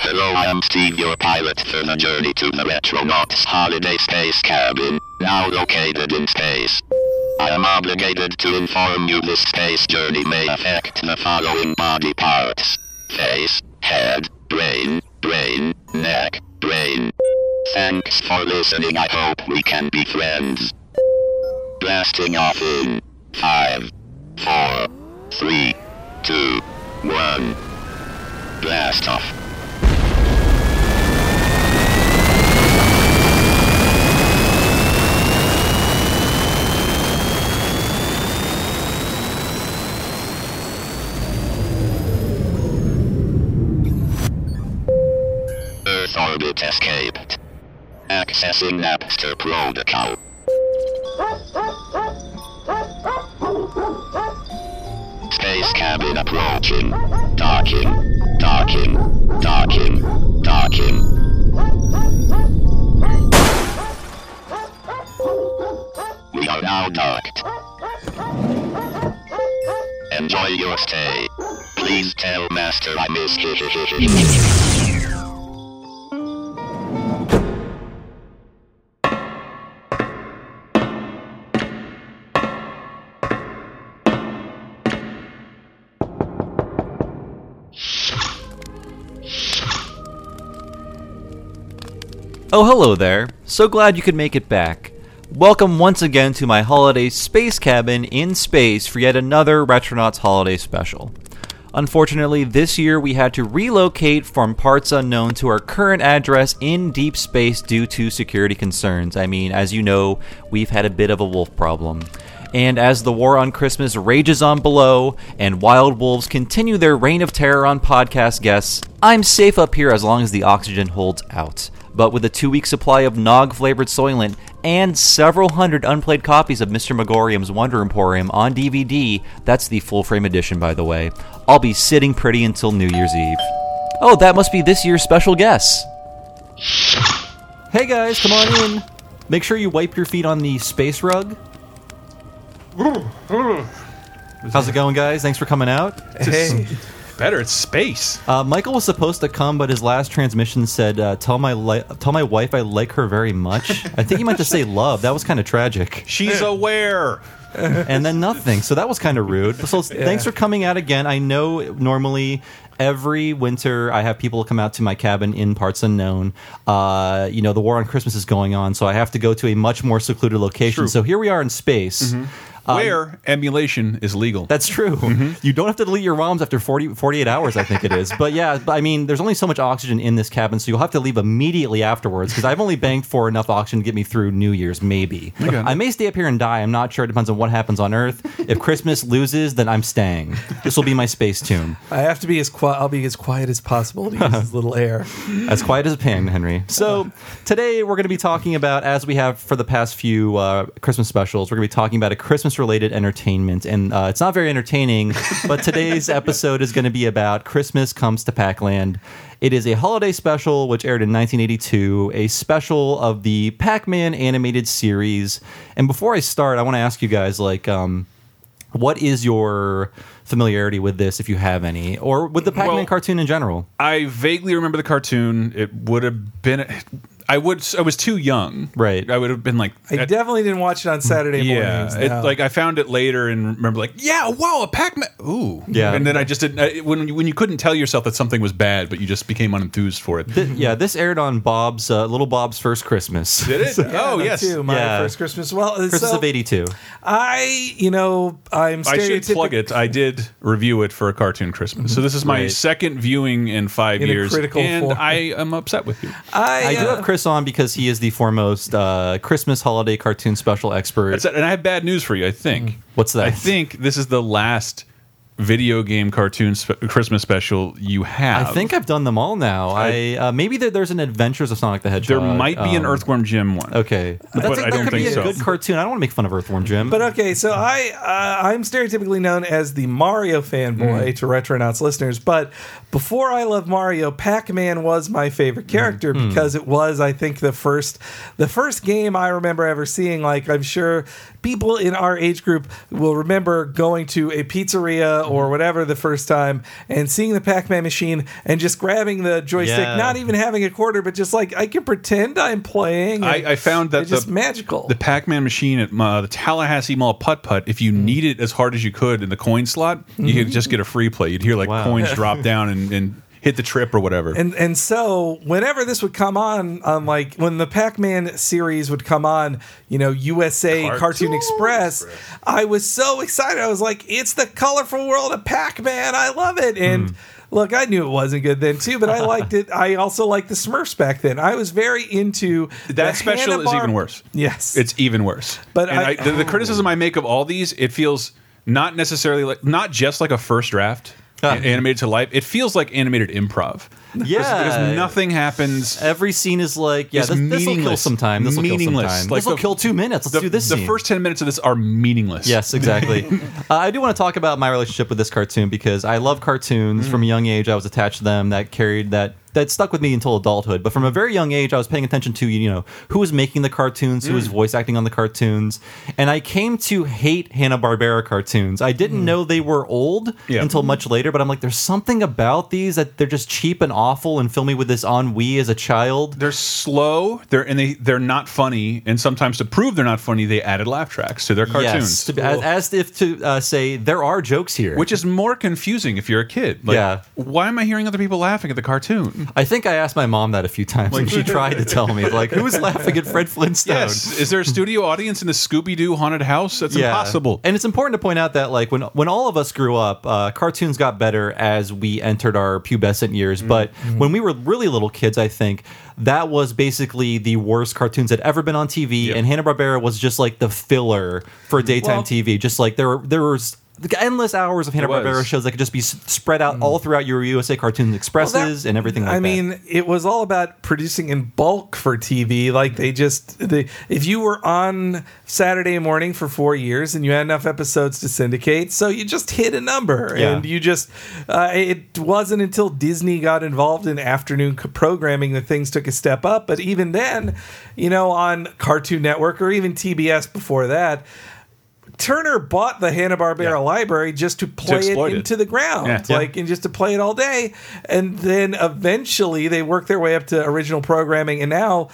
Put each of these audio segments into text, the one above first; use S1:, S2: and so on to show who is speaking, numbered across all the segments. S1: Hello, I am Steve, your pilot for the journey to the Retronauts Holiday Space Cabin, now located in space. I am obligated to inform you this space journey may affect the following body parts face, head, brain, brain, neck, brain. Thanks for listening. I hope we can be friends. Blasting off in 5, 4, 3, 2, 1. Blast off. Earth orbit escaped. Accessing Napster protocol. Space cabin approaching. Docking. Docking. Docking. Docking. We are now docked. Enjoy your stay. Please tell Master I miss
S2: Oh, hello there. So glad you could make it back. Welcome once again to my holiday space cabin in space for yet another Retronauts holiday special. Unfortunately, this year we had to relocate from parts unknown to our current address in deep space due to security concerns. I mean, as you know, we've had a bit of a wolf problem. And as the war on Christmas rages on below and wild wolves continue their reign of terror on podcast guests, I'm safe up here as long as the oxygen holds out. But with a two week supply of Nog flavored Soylent and several hundred unplayed copies of Mr. Megorium's Wonder Emporium on DVD, that's the full frame edition, by the way, I'll be sitting pretty until New Year's Eve. Oh, that must be this year's special guest. Hey guys, come on in. Make sure you wipe your feet on the space rug. How's it going, guys? Thanks for coming out.
S3: Hey. Better, it's space.
S2: Uh, Michael was supposed to come, but his last transmission said, uh, "Tell my li- tell my wife I like her very much." I think he meant to say love. That was kind of tragic,
S3: She's aware.
S2: and then nothing. So that was kind of rude. So thanks for coming out again. I know normally every winter I have people come out to my cabin in parts unknown. Uh, you know, the war on Christmas is going on, so I have to go to a much more secluded location.
S3: True.
S2: So here we are in space.
S3: Where emulation is legal.
S2: That's true. Mm-hmm. You don't have to delete your ROMs after 40, 48 hours, I think it is. But yeah, but I mean, there's only so much oxygen in this cabin, so you'll have to leave immediately afterwards because I've only banked for enough oxygen to get me through New Year's, maybe. I may stay up here and die. I'm not sure. It depends on what happens on Earth. If Christmas loses, then I'm staying. This will be my space tomb.
S4: I have to be as quiet. I'll be as quiet as possible to use as little air.
S2: As quiet as a pin, Henry. So today we're going to be talking about, as we have for the past few uh, Christmas specials, we're going to be talking about a Christmas-related entertainment, and uh, it's not very entertaining. but today's episode is going to be about Christmas comes to Packland. It is a holiday special which aired in 1982, a special of the Pac-Man animated series. And before I start, I want to ask you guys, like, um, what is your familiarity with this, if you have any, or with the Pac-Man
S3: Well-
S2: cartoon in general?
S3: I vaguely remember the cartoon. It would have been. I would. I was too young.
S2: Right.
S3: I would have been like.
S4: I
S3: at-
S4: definitely didn't watch it on Saturday mornings.
S3: yeah, it,
S4: no.
S3: like I found it later and remember, like, yeah, wow, a Pac-Man. Ooh,
S2: Yeah.
S3: And then I just didn't. I, when you- when you couldn't tell yourself that something was bad, but you just became unenthused for it.
S2: Th- yeah, this aired on Bob's uh, Little Bob's First Christmas.
S3: Did it? oh
S4: Me
S3: yes.
S4: too, my
S2: Yeah.
S4: first Christmas. Well,
S2: Christmas
S4: so
S2: of '82.
S4: I, you know, I'm
S3: I should
S4: stereotypical
S3: plug it. I did review it for a cartoon Christmas, so this is my
S2: Right.
S3: second viewing in five
S4: In a
S3: years,
S4: critical
S3: and
S4: form.
S3: I am upset with you.
S4: I,
S2: I do
S4: uh,
S2: have Chris on because he is the foremost uh, Christmas holiday cartoon special expert.
S3: That's it. And I have bad news for you. I think.
S2: Mm. What's that?
S3: I think this is the last video game cartoon spe- Christmas special you have.
S2: I think I've done them all now. I, uh, maybe there, there's an Adventures of Sonic the
S3: there
S2: Hedgehog.
S3: might be an
S2: um,
S3: Earthworm Jim one.
S2: Okay, but, that's,
S3: I
S2: that
S3: don't
S2: could be
S3: think
S2: a
S3: so.
S2: good cartoon. I don't want to make fun of Earthworm Jim.
S4: But okay, so I uh, I'm stereotypically known as the Mario fanboy
S3: Mm.
S4: to Retronauts listeners, but before I loved Mario, Pac-Man was my
S3: Mm.
S4: favorite character because it was I think the first the first game I remember ever seeing. Like I'm sure people in our age group will remember going to a pizzeria Sega
S3: Mm-hmm.
S4: or whatever the first time and seeing the Pac Man machine and just grabbing the joystick,
S2: Yeah.
S4: not even having a quarter, but just like I can pretend I'm playing. and
S3: I, I found that
S4: it's just
S3: the,
S4: magical.
S3: the Pac Man machine at uh, the Tallahassee Mall putt putt, if you
S2: Mm.
S3: kneed it as hard as you could in the coin slot, you could just get a free play. You'd hear like
S2: Wow.
S3: coins drop down and, and hit the trip or whatever.
S4: And and so whenever this would come on, on like when the Pac-Man series would come on, you know, USA Cartoon,
S3: Cartoon
S4: Express, I was so excited. I was like, it's the colorful world of Pac-Man. I love it. And
S3: Hmm.
S4: look, I knew it wasn't good then too, but I liked it. I also liked the Smurfs back then. I was very into
S3: that
S4: the
S3: special is
S4: Hanna-Bar-
S3: even worse.
S4: Yes.
S3: It's even worse.
S4: But
S3: And
S4: I-
S3: I- the, the criticism I make of all these, it feels not necessarily like not just like a first draft
S2: Ah.
S3: an- animated to life. It feels like animated improv.
S2: Yeah.
S3: because nothing happens.
S2: Every scene is like, yeah,
S3: It's
S2: this will kill
S3: meaningless.
S2: sometime. This will kill
S3: Meaningless.
S2: sometime.
S3: Like
S2: this will
S3: the-
S2: kill two minutes. Let's
S3: The,
S2: do this.
S3: the
S2: scene.
S3: first ten minutes of this are meaningless.
S2: Yes, exactly. uh, I do want to talk about my relationship with this cartoon because I love cartoons
S3: Mm-hmm.
S2: from a young age. I was attached to them. That carried that that stuck with me until adulthood. But from a very young age, I was paying attention to you know who was making the cartoons, who was
S3: Mm.
S2: voice acting on the cartoons, and I came to hate Hanna Barbera cartoons. I didn't know they were old
S3: Mm-hmm. Yeah.
S2: until much later, but I'm like, there's something about these that they're just cheap and awful and fill me with this ennui as a child.
S3: They're slow. They're and they they're not funny. And sometimes to prove they're not funny, they added laugh tracks to their
S2: Yes,
S3: cartoons,
S2: to be- as, as if to uh, say there are jokes here,
S3: which is more confusing if you're a kid. Like,
S2: Yeah.
S3: Why am I hearing other people laughing at the cartoon?
S2: I think I asked my mom that a few times, and she tried to tell me, like, who was laughing at Fred Flintstone?
S3: Yes. Is there a studio audience in the Scooby Doo haunted house? That's
S2: Yeah.
S3: impossible.
S2: And it's important to point out that, like, when when all of us grew up, uh, cartoons got better as we entered our pubescent years.
S4: Mm-hmm.
S2: But when we were really little kids, I think that was basically the worst cartoons that ever been on TV.
S3: Yep.
S2: And Hanna Barbera was just like the filler for daytime
S4: Mm-hmm. Well-
S2: TV. Just like there were there was. Endless hours of Hanna Barbera
S3: was.
S2: shows that could just be s- spread out all throughout your USA Cartoons Expresses
S4: Mm. Well, that-
S2: and everything like
S4: I
S2: that.
S4: mean, it was all about producing in bulk for TV. Like they just they if you were on Saturday morning for 4 years and you had enough episodes to syndicate, so you just hit a number
S2: Yeah.
S4: and you just uh, it wasn't until Disney got involved in afternoon co- programming that things took a step up, but even then, you know, on Cartoon Network or even TBS before that, Turner bought the Hanna Barbera
S3: Yeah.
S4: library just to play
S3: exploit
S4: it
S3: it.
S4: into the ground,
S3: Yeah.
S4: like and just to play it all day. And then eventually they work their way up to original programming. And now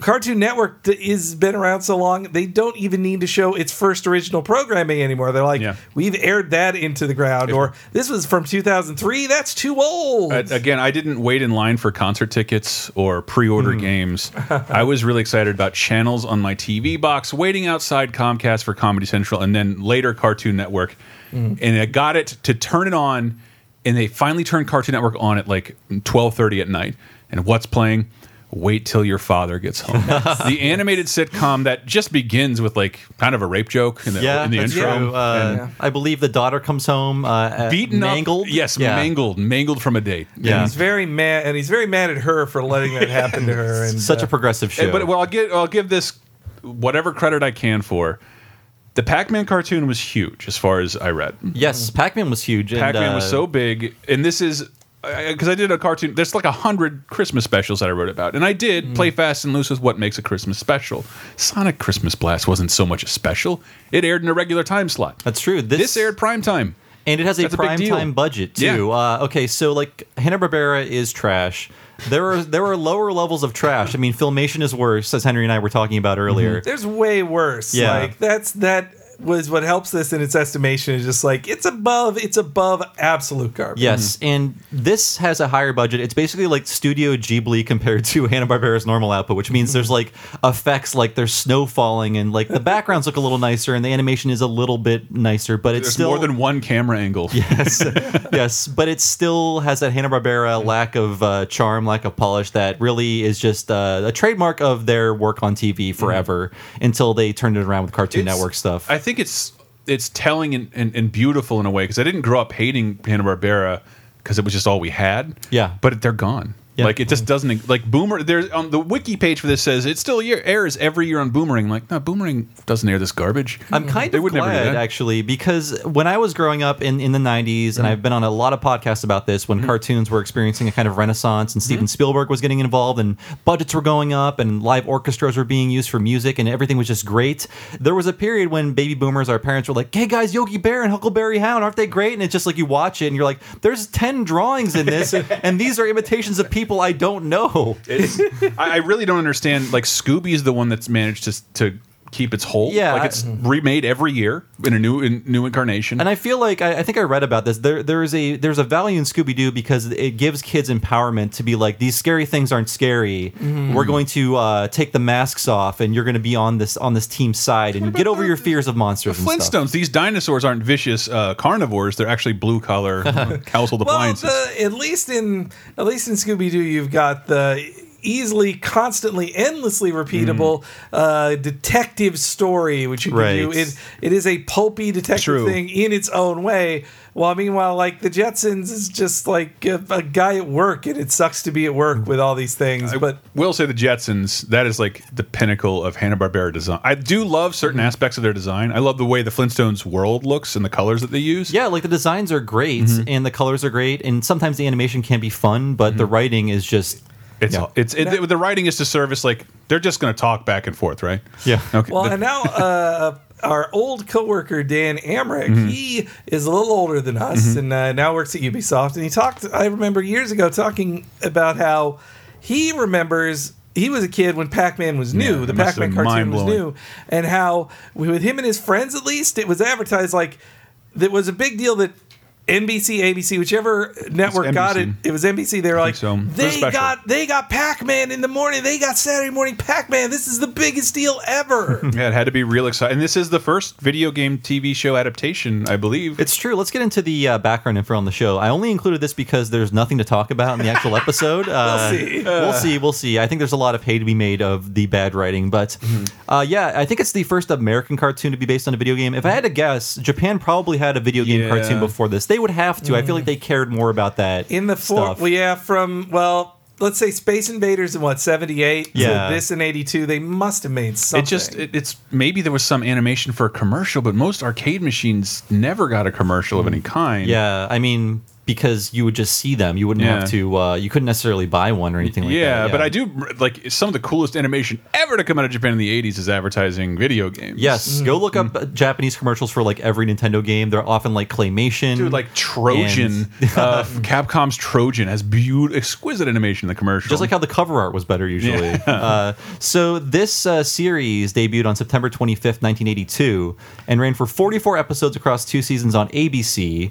S4: Cartoon Network d- is been around so long, they don't even need to show its first original programming anymore. They're like,
S3: Yeah.
S4: we've aired that into the ground, or this was from 2003. That's too old.
S3: Uh, Again, I didn't wait in line for concert tickets or
S2: Hmm.
S3: pre-order games. I was really excited about channels on my TV box, waiting outside Comcast for Comedy Central, and then later Cartoon Network.
S2: Hmm.
S3: And I got it to turn it on, and they finally turned Cartoon Network on at like twelve thirty at night. And what's playing? Wait till your father gets home. the animated sitcom that just begins with like kind of a rape joke in the,
S2: yeah,
S3: in the
S2: that's
S3: intro.
S2: true. Uh,
S4: Yeah.
S2: I believe the daughter comes home uh, uh,
S3: Beaten
S2: mangled.
S3: up, yes,
S2: Yeah.
S3: mangled, mangled from a date.
S2: Yeah,
S4: He's very mad, and he's very mad at her for letting that happen to her. And
S2: such
S4: uh,
S2: a progressive
S3: Eh,
S2: show.
S3: But well, I'll give I'll give this whatever credit I can for. The Pac-Man cartoon was huge, as far as I read.
S2: yes, Pac-Man was huge. and,
S3: Pac-Man was
S2: uh,
S3: so big, and this is because I did a cartoon. There's like a hundred Christmas specials that I wrote about, and I did
S2: Mm.
S3: play fast and loose with what makes a Christmas special. Sonic Christmas Blast wasn't so much a special; it aired in a regular time slot.
S2: That's true. This,
S3: this aired prime time.
S2: and it has a
S3: that's a big
S2: prime
S3: deal.
S2: time budget too. Uh, okay, so like Hanna Barbera is trash. There are there are lower levels of trash. I mean, Filmation is worse, as Henry and I were talking about
S3: Mm-hmm.
S2: earlier.
S4: there's way worse.
S2: Yeah.
S4: Like that's that was what helps this in its estimation is just like it's above it's above absolute garbage.
S2: Yes,
S3: Mm-hmm.
S2: and this has a higher budget. It's basically like Studio Ghibli compared to Hanna Barbera's normal output, which means there's like effects, like there's snow falling, and like the backgrounds look a little nicer, and the animation is a little bit nicer, but it's
S3: There's
S2: still
S3: more than one camera angle.
S2: yes, yes, but it still has that Hanna
S3: Mm-hmm.
S2: Barbera lack of uh, charm, lack of polish that really is just uh, a trademark of their work on TV forever until they turned it around with Cartoon
S3: Mm-hmm. It's-
S2: Network stuff.
S3: I think it's it's telling and, and, and beautiful in a way because I didn't grow up hating Hanna Barbera because it was just all we had.
S2: Yeah.
S3: but they're gone.
S2: Yeah.
S3: Like it just doesn't e, like Boomer. There's on the wiki page for this says it still year, airs every year on Boomerang. Like no, Boomerang doesn't air this garbage.
S2: I'm kind
S3: They
S2: of
S3: would never do
S2: glad
S3: that.
S2: actually because when I was growing up in, in the 90s, and
S3: Mm-hmm.
S2: I've been on a lot of podcasts about this, when cartoons were experiencing a kind of renaissance and
S3: Mm-hmm.
S2: Steven Spielberg was getting involved and budgets were going up and live orchestras were being used for music and everything was just great. There was a period when baby boomers, our parents were like, "Hey guys, Yogi Bear and Huckleberry Hound, aren't they great?" And it's just like you watch it and you're like, "There's ten drawings in this, and these are imitations of people I don't know."
S3: It's, I, I really don't understand. Like Scooby's the one that's managed to to keep its whole.
S2: Yeah,
S3: like
S2: I-
S3: it's remade every year in a new in, new incarnation.
S2: And I feel like I, I think I read about this. There, there is a there's a value in Scooby Doo because it gives kids empowerment to be like these scary things aren't scary.
S3: Mm-hmm.
S2: We're going to uh, take the masks off, and you're going to be on this on this team side, and get over your fears of monsters.
S3: the
S2: and stuff.
S3: Flintstones. These dinosaurs aren't vicious uh, carnivores. They're actually blue collar household
S4: Well,
S3: appliances.
S4: the, at least in at least in Scooby Doo, you've got the easily, constantly, endlessly
S3: Mm.
S4: repeatable uh, detective story, which you can
S2: Right.
S4: do. It it is a pulpy detective
S3: True.
S4: thing in its own way. While meanwhile, like the Jetsons is just like a, a guy at work, and it sucks to be at
S3: Mm.
S4: work with all these things. but
S3: will say the Jetsons. That is like the pinnacle of Hanna Barbera design. I do love
S2: Mm-hmm.
S3: certain aspects of their design. I love the way the Flintstones world looks and the colors that they use.
S2: Yeah, like the designs are great,
S3: Mm-hmm.
S2: and the colors are great, and sometimes the animation can be fun, but
S3: Mm-hmm.
S2: the writing is just
S3: it's
S2: Yeah.
S3: it's it, the writing is to service like they're just going to talk back and forth, right?
S2: yeah.
S3: Okay.
S4: Well,
S3: The-
S4: and now uh, our old coworker Dan Amrick,
S3: Mm-hmm.
S4: he is a little older than us, and uh, now works at Ubisoft. And he talked. I remember years ago talking about how he remembers. He was a kid when Pac-Man was new.
S3: Yeah,
S4: the
S3: it must
S4: Pac-Man
S3: have been
S4: cartoon was
S3: mind-blowing.
S4: new, and how with him and his friends, at least, it was advertised like it was a big deal that NBC, ABC, whichever network got it,
S3: NBC.
S4: it was NBC. They were like,
S3: so. It was
S4: they
S3: special.
S4: got they got Pac-Man in the morning. They got Saturday morning Pac-Man. This is the biggest deal ever.
S3: yeah, it had to be real exciting. And this is the first video game TV show adaptation, I believe.
S2: It's true. Let's get into the uh, background info on the show. I only included this because there's nothing to talk about in the actual episode. Uh,
S4: see.
S2: We'll see. We'll see. I think there's a lot of hay to be made of the bad writing, but
S3: Mm-hmm.
S2: uh, yeah, I think it's the first American cartoon to be based on a video game. If I had to guess, Japan probably had a video game
S3: Yeah. Mm.
S2: cartoon before this. They would have to. I feel like they cared more about that
S4: in the four,
S2: stuff.
S4: well, yeah, from well, let's say Space Invaders in what seventy eight,
S2: Yeah.
S4: to this in eighty two, they must have made something.
S3: It just it, it's maybe there was some animation for a commercial, but most arcade machines never got a commercial of
S2: Mm-hmm.
S3: any kind.
S2: yeah, I mean. Because you would just see them, you wouldn't
S3: Yeah.
S2: have to. Uh, you couldn't necessarily buy one or anything like that.
S3: yeah, but I do like some of the coolest animation ever to come out of Japan in the 80s is advertising video games.
S2: Yes, go look up uh,
S3: mm.
S2: Japanese commercials for like every Nintendo game. They're often like claymation,
S3: Dude, like Trojan, uh, Capcom's Trojan has beautiful, exquisite animation in the commercial.
S2: Just like how the cover art was better usually. Uh, so this uh, series debuted on September 25th, 1982, and ran for 44 episodes across two seasons on ABC.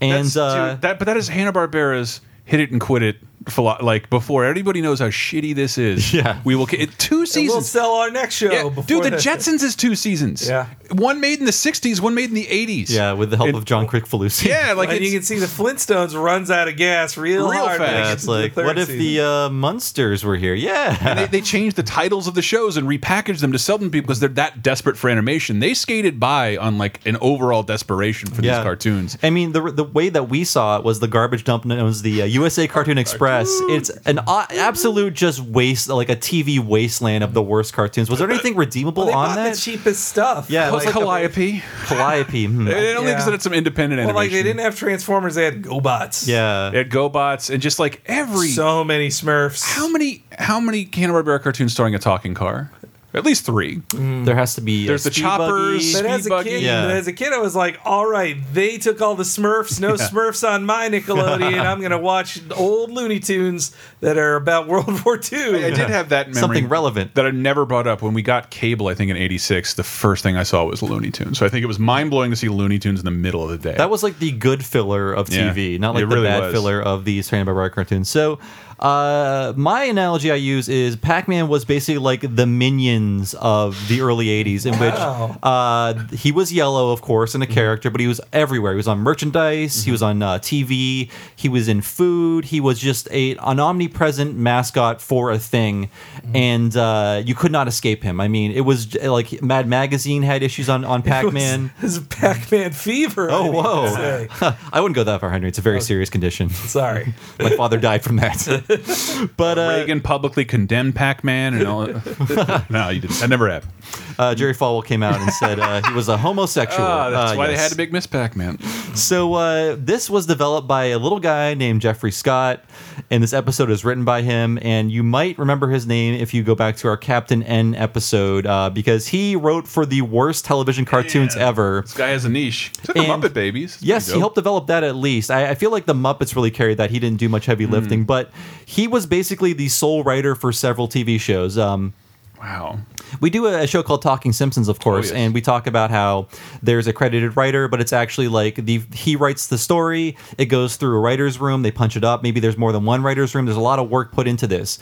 S2: And
S3: That's-
S2: uh,
S3: dude, that, but that is Hanna Barbera's hit it and quit it. philo- Like before, everybody knows how shitty this is.
S2: Yeah.
S3: we will. ca- It, two
S4: And we'll
S3: seasons.
S4: sell our next show,
S3: Yeah,
S4: before
S3: dude, the Jetsons is two seasons.
S4: Yeah.
S3: one made in the '60s, one made in the '80s.
S2: yeah, with the help
S3: It-
S2: of John Crickfalusi.
S3: Yeah, like
S4: and you
S3: it's-
S4: can see the Flintstones runs out of gas real,
S3: Real
S4: hard. when it
S3: fast.
S2: Yeah,
S4: gets
S2: it's
S4: to the
S2: like,
S4: third
S2: what if the
S4: season.
S2: uh, Munsters were here? Yeah.
S3: they, they changed the titles of the shows and repackaged them to sell them to people because they're that desperate for animation. They skated by on like an overall desperation for
S2: Yeah.
S3: these cartoons.
S2: I mean, the the way that we saw it was the garbage dump known as the uh, USA Cartoon Express. It's an a- absolute just waste, like a TV wasteland of the worst cartoons. Was there anything redeemable
S4: they
S2: on
S4: bought
S2: that?
S4: the cheapest stuff.
S2: Yeah,
S3: Plus
S2: like the-
S3: Calliope.
S2: Calliope. hmm.
S3: It only
S4: Yeah.
S3: because it's some independent
S4: well,
S3: animation.
S4: like they didn't have Transformers; they had GoBots.
S2: Yeah.
S3: They had GoBots and just like every
S4: so many Smurfs.
S3: how many how many Hanna Barbera cartoons starring a talking car? At least three.
S2: There has to be
S3: There's
S2: a
S3: the
S2: speed
S3: choppers.
S4: But
S2: buggy.
S4: as
S3: Speed
S4: a
S3: buggy.
S4: kid,
S2: Yeah.
S4: but as a kid, I was like, "All right, they took all the Smurfs. No Smurfs on my Nickelodeon. I'm gonna watch old Looney Tunes that are about World War II."
S3: I did have that in memory
S2: Something relevant.
S3: that I never brought up when we got cable. I think in '86, the first thing I saw was Looney Tunes. So I think it was mind blowing to see Looney Tunes in the middle of the day.
S2: That was like the good filler of
S3: Yeah.
S2: TV, not like
S3: It
S2: the
S3: really
S2: bad
S3: was.
S2: filler of the Saturday Night Live cartoons. So, uh, my analogy I use is Pac-Man was basically like the minions of the early '80s, in
S4: Wow.
S2: which uh, he was yellow, of course,
S3: Mm-hmm.
S2: in a character, but he was everywhere. He was on merchandise, he was on uh, TV, he was in food, he was just a an omnipresent mascot for a thing,
S3: Mm-hmm.
S2: and uh, you could not escape him. I mean, it was j- like Mad Magazine had issues on on Pac-Man.
S4: This is Pac-Man fever. I
S2: Oh,
S4: need to
S2: whoa.
S4: say.
S2: I wouldn't go that far, Henry. It's a very serious condition.
S4: Sorry.
S2: My father died from that. But uh,
S3: Reagan publicly condemned Pac-Man and all. no, you didn't. That never happened.
S2: uh, Jerry Falwell came out and said uh, he was a homosexual.
S3: Ah, that's
S2: Uh,
S3: why
S2: yes.
S3: they had a big Miss Pac-Man.
S2: So uh, this was developed by a little guy named Jeffrey Scott, and this episode is written by him. And you might remember his name if you go back to our Captain N episode uh, because he wrote for the worst television cartoons
S3: Yeah.
S2: ever.
S3: This guy has a niche. Took the
S2: And-
S3: Muppet Babies. That's
S2: Yes,
S3: pretty
S2: he
S3: dope.
S2: helped develop that at least. I, I feel like the Muppets really carried that. He didn't do much
S3: Hmm.
S2: heavy lifting, but he was basically the sole writer for several TV shows. Um,
S3: Wow.
S2: we do a, a show called Talking Simpsons, of course,
S3: Oh, yes.
S2: and we talk about how there's a credited writer, but it's actually like the he writes the story. It goes through a writer's room. They punch it up. Maybe there's more than one writer's room. There's a lot of work put into this.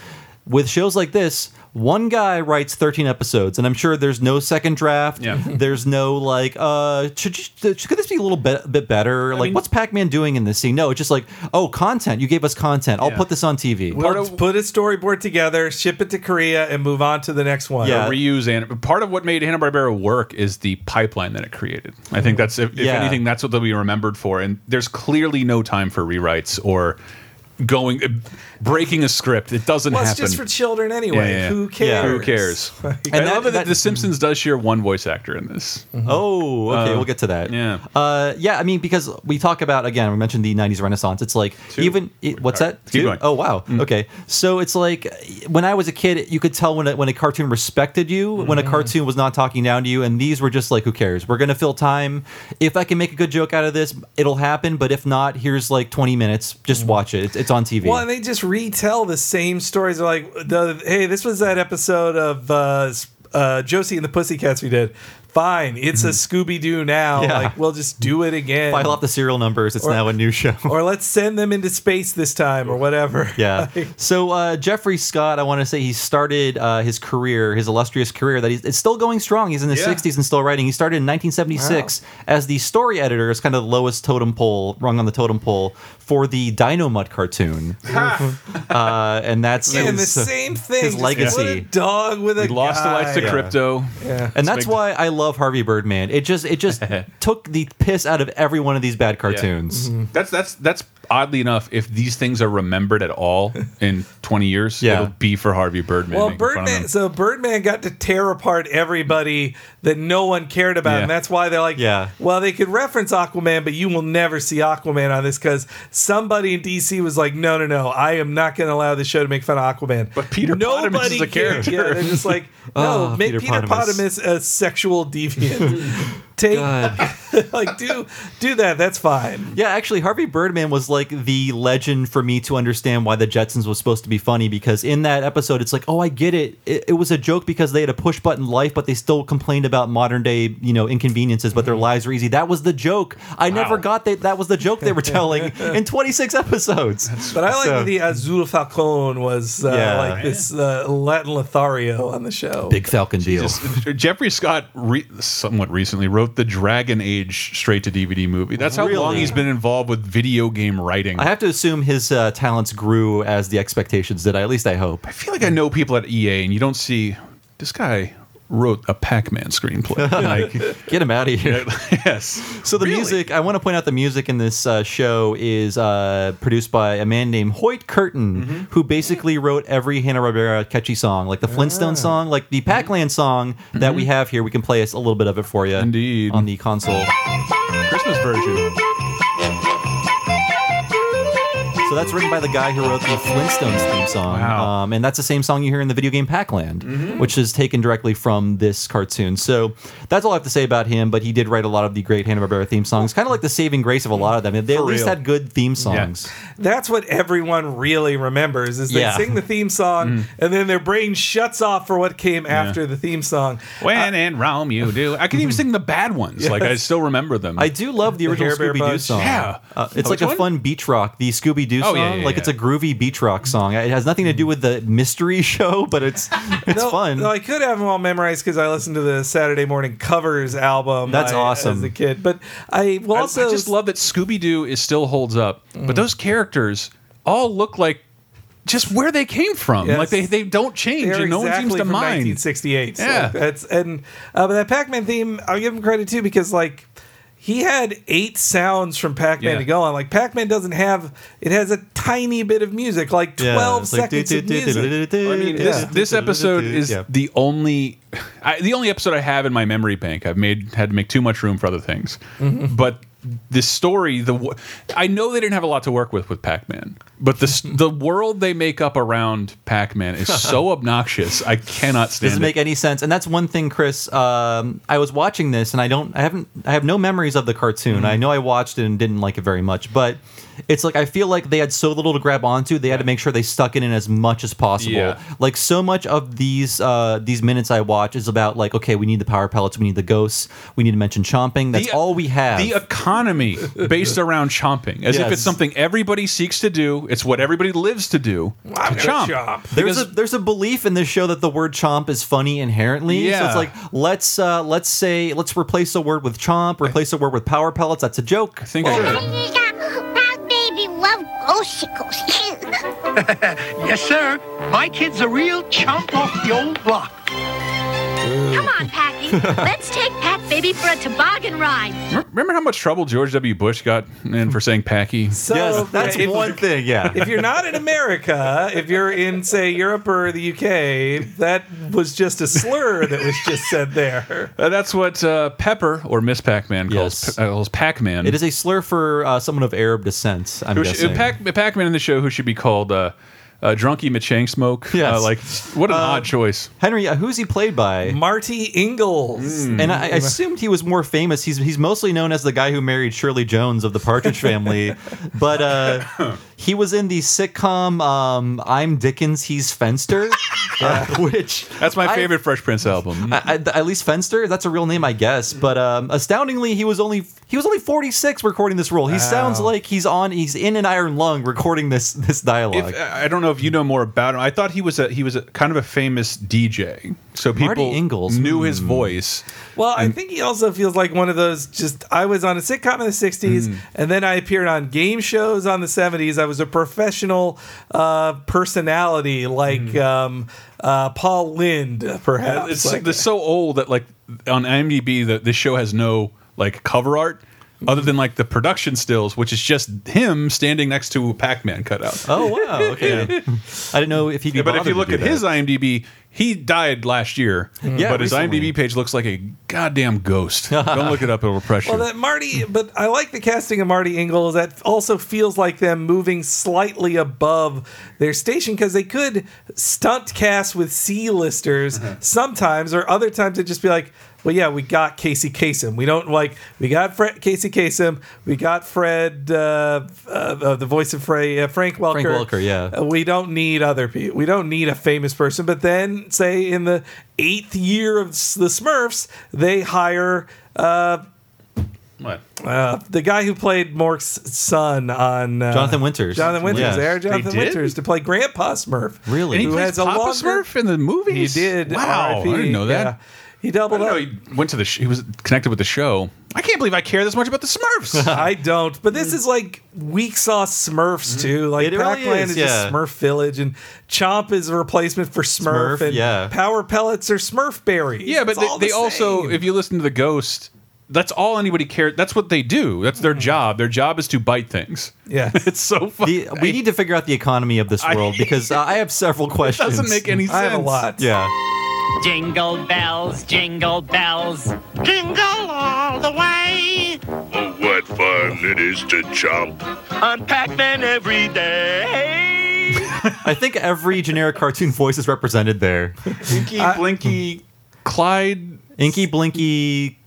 S2: With shows like this, one guy writes 13 episodes, and I'm sure there's no second draft.
S3: Yeah.
S2: There's no like, uh, should, you- could this be a little bit, bit better? like,
S3: mean-
S2: what's Pac-Man doing in this scene? No, it's just like, oh, content. You gave us content. I'll
S3: Yeah.
S2: put this on TV.
S3: Part
S4: Let's
S3: of-
S4: put a storyboard together, ship it to Korea, and move on to the next one.
S2: Yeah.
S3: reuse and part of what made Hanna Barbera work is the pipeline that it created. I think that's if, if
S2: Yeah.
S3: anything, that's what they'll be remembered for. And there's clearly no time for rewrites or going uh, breaking a script. It doesn't
S4: Well, it's
S3: happen.
S4: just for children anyway.
S3: Yeah, yeah.
S4: Who cares?
S2: Yeah.
S3: Who cares? I
S2: that-
S3: love that,
S2: that-
S3: The Simpsons does share one voice actor in this.
S2: Oh, okay.
S3: Uh,
S2: we'll get to that.
S3: yeah.
S2: Uh, yeah. I mean, because we talk about again, we mentioned the '90s Renaissance. It's like even it, what's
S3: All right,
S2: that?
S3: keep going. Mm.
S2: Oh, wow. Okay. So it's like when I was a kid, you could tell when a, when a cartoon respected you, when a
S4: Mm.
S2: cartoon was not talking down to you, and these were just like, who cares? We're gonna fill time. If I can make a good joke out of this, it'll happen. But if not, here's like 20 minutes. Just watch it. It's, it's on TV.
S4: Mm. Well, and they just retell the same stories. They're Like, the, hey, this was that episode of uh, s- uh, Josie and the Pussycats we did. Fine, it's a Scooby Doo now.
S2: Mm-hmm. Yeah.
S4: Like, we'll just do it again.
S2: File off the serial numbers. It's
S4: Or-
S2: now a new show.
S4: or let's send them into space this time, or whatever.
S2: Yeah.
S4: Like,
S2: So uh, Jeffrey Scott, I want to say he started uh, his career, his illustrious career that he's it's still going strong. He's in his
S3: Yeah.
S2: 60s and still writing. He started in 1976 as the story editor. It's kind of the lowest totem pole, rung on the totem pole for the Dino Mutt cartoon, uh, and that's
S4: and the
S2: so-
S4: same thing.
S2: his
S4: just what
S2: legacy.
S4: a dog with a
S3: We lost the lights to
S4: guy.
S3: crypto.
S4: Yeah.
S2: And that's
S3: Speak-
S2: why I love Harvey Birdman. It just it just took the piss out of every one of these bad cartoons.
S3: That's that's that's oddly enough, if these things are remembered at all in 20 years,
S2: Yeah.
S3: it'll be for Harvey Birdman.
S4: Well,
S3: making fun of
S4: Birdman.
S3: him.
S4: So Birdman got to tear apart everybody that no one cared about,
S3: Yeah.
S4: and that's why they're like,
S2: Yeah.
S4: Well, they could reference Aquaman, but you will never see Aquaman on this because somebody in DC was like, No, no, no, I am not going to allow this show to make fun of Aquaman.
S3: But Peter
S4: Nobody
S3: Potamus is a
S4: cared. Yeah,
S3: character. Ah,
S4: they're just like, No,
S2: Oh,
S4: make
S2: Peter
S4: Peter,
S2: Potamus.
S4: Potamus. a sexual deviant. Take
S2: God.
S4: like do do that. That's fine.
S2: Yeah, actually, Harvey Birdman was like the legend for me to understand why the Jetsons was supposed to be funny because in that episode, it's like, oh, I get it. It, it was a joke because they had a push button life, but they still complained about modern day, you know, inconveniences, but
S4: Mm-hmm.
S2: their lives were easy. That was the joke. I never got that. That was the joke they were telling in 26 episodes.
S4: But I like
S2: So-
S4: the Azul Falcon was uh,
S2: Yeah.
S4: like this uh, Latin Lothario on the show.
S2: Big Falcon deal.
S3: Just- Jeffrey Scott re- somewhat recently wrote the Dragon Age straight to DVD movie. That's how
S2: Really?
S3: long he's been involved with video game writing.
S2: I
S3: I
S2: have to assume his uh, talents grew as the expectations did. At least I hope.
S3: feel like I know people at EA, and you don't see this guy wrote a Pac-Man screenplay. like,
S2: Get him out of here.
S3: yes.
S2: So the
S3: Really?
S2: music, I want to point out the music in this uh, show is uh, produced by a man named Hoyt Curtin,
S3: Mm-hmm.
S2: who basically wrote every Hanna Barbera catchy song, like the Flintstone
S3: Ah.
S2: song, like the Pac-Land song that we have here. We can play us a little bit of it for you,
S3: Mm-hmm. Indeed.
S2: on the console.
S3: Christmas version.
S2: So that's written by the guy who wrote the Flintstones theme song,
S3: Wow. Mm-hmm.
S2: um, and that's the same song you hear in the video game Pac-Land, which is taken directly from this cartoon. So that's all I have to say about him. But he did write a lot of the great Hanna Barbera theme songs, kind of like the saving grace of a lot of them. They at
S3: For
S2: least
S3: real.
S2: had good theme songs.
S4: That's what everyone really remembers is they
S2: Yeah.
S4: sing the theme song
S3: Mm.
S4: and then their brain shuts off for what came after the theme song.
S3: When in Rome you do. I can even sing the bad ones. Like I still remember them.
S2: I do love the original
S4: Hair Bear
S2: Scooby Doo
S4: Bunch.
S2: song.
S3: Yeah.
S2: Uh, it's like
S3: Which
S2: a
S3: one?
S2: fun beach rock. The Scooby Doo
S3: Oh,
S2: song,
S3: yeah, yeah,
S2: like
S3: yeah.
S2: it's a groovy beach rock song. It has nothing to do with the mystery show, but it's it's
S4: No,
S2: fun.
S4: no, I could have them all memorized because I listened to the Saturday morning covers album.
S2: That's
S4: I-
S2: awesome.
S4: As a kid, but I will
S3: I-
S4: also Mm.
S3: I just love that Scooby Doo is still holds up, but those characters all look like just where they came from.
S4: Yes.
S3: Like they, they don't change,
S4: They're
S3: and no
S4: exactly
S3: one seems to
S4: from
S3: mind.
S4: 1968. so
S3: Yeah.
S4: that's and uh, but that Pac-Man theme, I'll give him credit too because like he had eight sounds from Pac-Man
S3: Yeah.
S4: to go on. Like Pac-Man doesn't have it has a tiny bit of music, like twelve seconds of music.
S2: I
S3: mean, this, this episode is the only I, the only episode I have in my memory bank. I've made had to make too much room for other things,
S4: Mm-hmm.
S3: but the story, the wo- I know they didn't have a lot to work with with Pac Man, but the s- the world they make up around Pac Man is so obnoxious. I cannot stand
S2: doesn't
S3: it.
S2: make any sense. And that's one thing, Chris. Um, I was watching this, and I don't, I haven't, I have no memories of the cartoon.
S3: Mm-hmm.
S2: I know I watched it and didn't like it very much, but it's like I feel like they had so little to grab onto. They had to make sure they stuck it in as much as possible.
S3: Yeah.
S2: Like so much of these uh, these minutes I watch is about like, okay, we need the power pellets, we need the ghosts, we need to mention chomping. That's
S3: The-
S2: all we have.
S3: The economy based around chomping, as if
S2: Yes.
S3: it's something everybody seeks to do. It's what everybody lives to do.
S4: I'm
S3: to
S4: gonna
S3: chomp.
S4: chomp.
S2: there's a
S3: Because-
S2: there's a belief in this show that the word chomp is funny inherently. So
S3: Yeah.
S2: it's like let's uh, let's say let's replace a word with chomp, replace a word with power pellets. That's a joke.
S3: I think I got it.
S5: Proud baby love ossicles.
S6: Yes, sir. My kid's a real chump off the old block.
S5: Come on, Packy. Let's take Pat Baby for a toboggan ride.
S3: Remember how much trouble George W. Bush got in for saying Packy?
S4: So
S2: yes, that's
S4: yeah, if-
S2: one thing. Yeah.
S4: if you're not in America, if you're in say Europe or the UK, that was just a slur that was just said there.
S3: Uh, that's what uh, Pepper or Miss Pac-Man calls,
S2: Yes.
S3: uh, calls Pac-Man.
S2: it is a slur for uh, someone of Arab descent. I'm
S3: Who sh- uh,
S2: guessing.
S3: Pac- Pac-Man in the show who should be called uh, uh, Drunky McChang Smoke.
S2: Yes.
S3: Uh, like what an odd choice.
S2: Henry, uh, who's he played by?
S4: Marty Ingalls.
S3: Hmm.
S2: and I, I assumed he was more famous. He's he's mostly known as the guy who married Shirley Jones of the Partridge Family, but uh, he was in the sitcom um, "I'm Dickens, He's Fenster," uh, which
S3: That's my
S2: I-
S3: favorite Fresh Prince album.
S2: I, I, at least Fenster, that's a real name, I guess. But um,
S3: Mm-hmm.
S2: astoundingly, he was only he was only 46 recording this role. He sounds like he's on he's in an iron lung recording this this dialogue.
S3: If- uh, I don't know if you know more about him. I thought he was a he was a kind of a famous DJ, so people
S2: Marty Ingalls,
S3: knew his voice.
S4: Well, I think he also feels like one of those just I was on a sitcom in the 60s and then I appeared on game shows on the 70s. I was a professional uh, personality like um, uh, Paul Lind
S3: Uh,
S4: perhaps.
S3: It's
S4: Like-
S3: they're so old that like on IMDb, the, this show has no like cover art other than like the production stills, which is just him standing next to a Pac-Man cutout.
S2: oh wow, okay. I didn't know if he'd be.
S3: Yeah, but if
S2: bothered
S3: you
S2: to
S3: look
S2: do
S3: at
S2: that.
S3: his IMDb, he died last year.
S2: Yeah,
S3: but his
S2: recently.
S3: IMDb page looks like a goddamn ghost. Don't look it up; it'll press you.
S4: Well, that Marty, but I like the casting of Marty Ingalls. That also feels like them moving slightly above their station because they could stunt cast with C-listers
S2: Uh-huh.
S4: sometimes, or other times it'd just be like, well, yeah, we got Casey Kasem. We don't like we got Fred, Casey Kasem. We got Fred, uh, uh, uh, the voice of Frey, uh, Frank Welker.
S2: Welker, yeah.
S4: Uh, we don't need other people. We don't need a famous person. But then, say in the eighth year of s- the Smurfs, they hire. Uh,
S3: What?
S4: uh, the guy who played Mork's son on uh,
S2: Jonathan Winters.
S4: Jonathan Winters.
S2: Yes.
S4: There, Jonathan
S3: did?
S4: Winters to play Grandpa Smurf.
S2: Really?
S3: And he
S2: Who
S3: plays
S4: has a
S3: Papa
S4: longer-
S3: Smurf in the
S4: He
S3: movies.
S4: did.
S3: Wow,
S4: RIP,
S3: I didn't know
S4: yeah.
S3: that.
S4: He doubled
S3: I
S4: up.
S3: didn't know he went to the. Sh he was connected with the show. I can't believe I care this much about the Smurfs.
S4: I don't, but this is like weak sauce Smurfs too. Like
S2: Mm-hmm. It really
S4: Pac Man
S2: is,
S4: is, just
S2: yeah.
S4: Smurf Village, and Chomp is a replacement for Smurf,
S2: Smurf,
S4: and
S2: yeah.
S4: Power Pellets are Smurf berries.
S3: yeah, but
S4: It's
S3: they,
S4: all the
S3: they also,
S4: same.
S3: if you listen to the Ghost, that's all anybody cared. That's what they do. That's their job. Their job is to bite things.
S4: Yeah.
S3: it's so funny.
S2: Mm-hmm. The- we need to figure out the economy of this
S3: I-
S2: world because uh, I have several questions.
S3: doesn't make any sense.
S4: I have a lot.
S2: Yeah.
S7: Jingle bells, jingle bells.
S6: Jingle all the way.
S8: Oh, what fun it is to chomp.
S6: On Pac-Man every day.
S2: I think every generic cartoon voice is represented there.
S3: Inky, Blinky, Clyde,
S2: Inky, Blinky,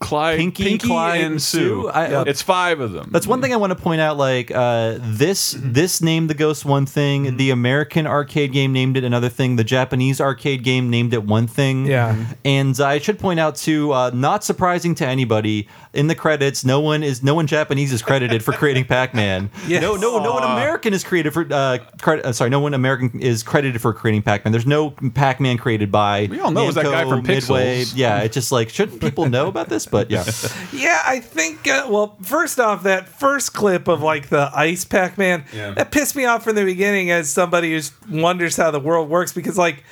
S3: Clyde,
S2: Pinky,
S3: Pinky,
S2: Clyde,
S3: and Sue.
S2: Sue. I- uh,
S4: Yep.
S3: It's five of them.
S2: That's one thing I want to point out. Like uh, this, this named the ghost one thing.
S3: Mm-hmm.
S2: The American arcade game named it another thing. The Japanese arcade game named it one thing.
S4: Yeah.
S2: And I should point out too, uh, not surprising to anybody in the credits, no one is no one Japanese is credited for creating Pac-Man.
S4: Yes.
S2: No, no, no one American is created for. Uh, cre- uh, sorry, no one American is credited for creating Pac-Man. There's no Pac-Man created by.
S3: We all know it was that guy from
S2: Midway.
S3: Pixels.
S2: Yeah, it's just like shouldn't people know about this? But yeah,
S4: Yeah, I think. Uh, well, first off, that first clip of like the Ice Pac Man
S3: Yeah.
S4: that pissed me off from the beginning as somebody who wonders how the world works because like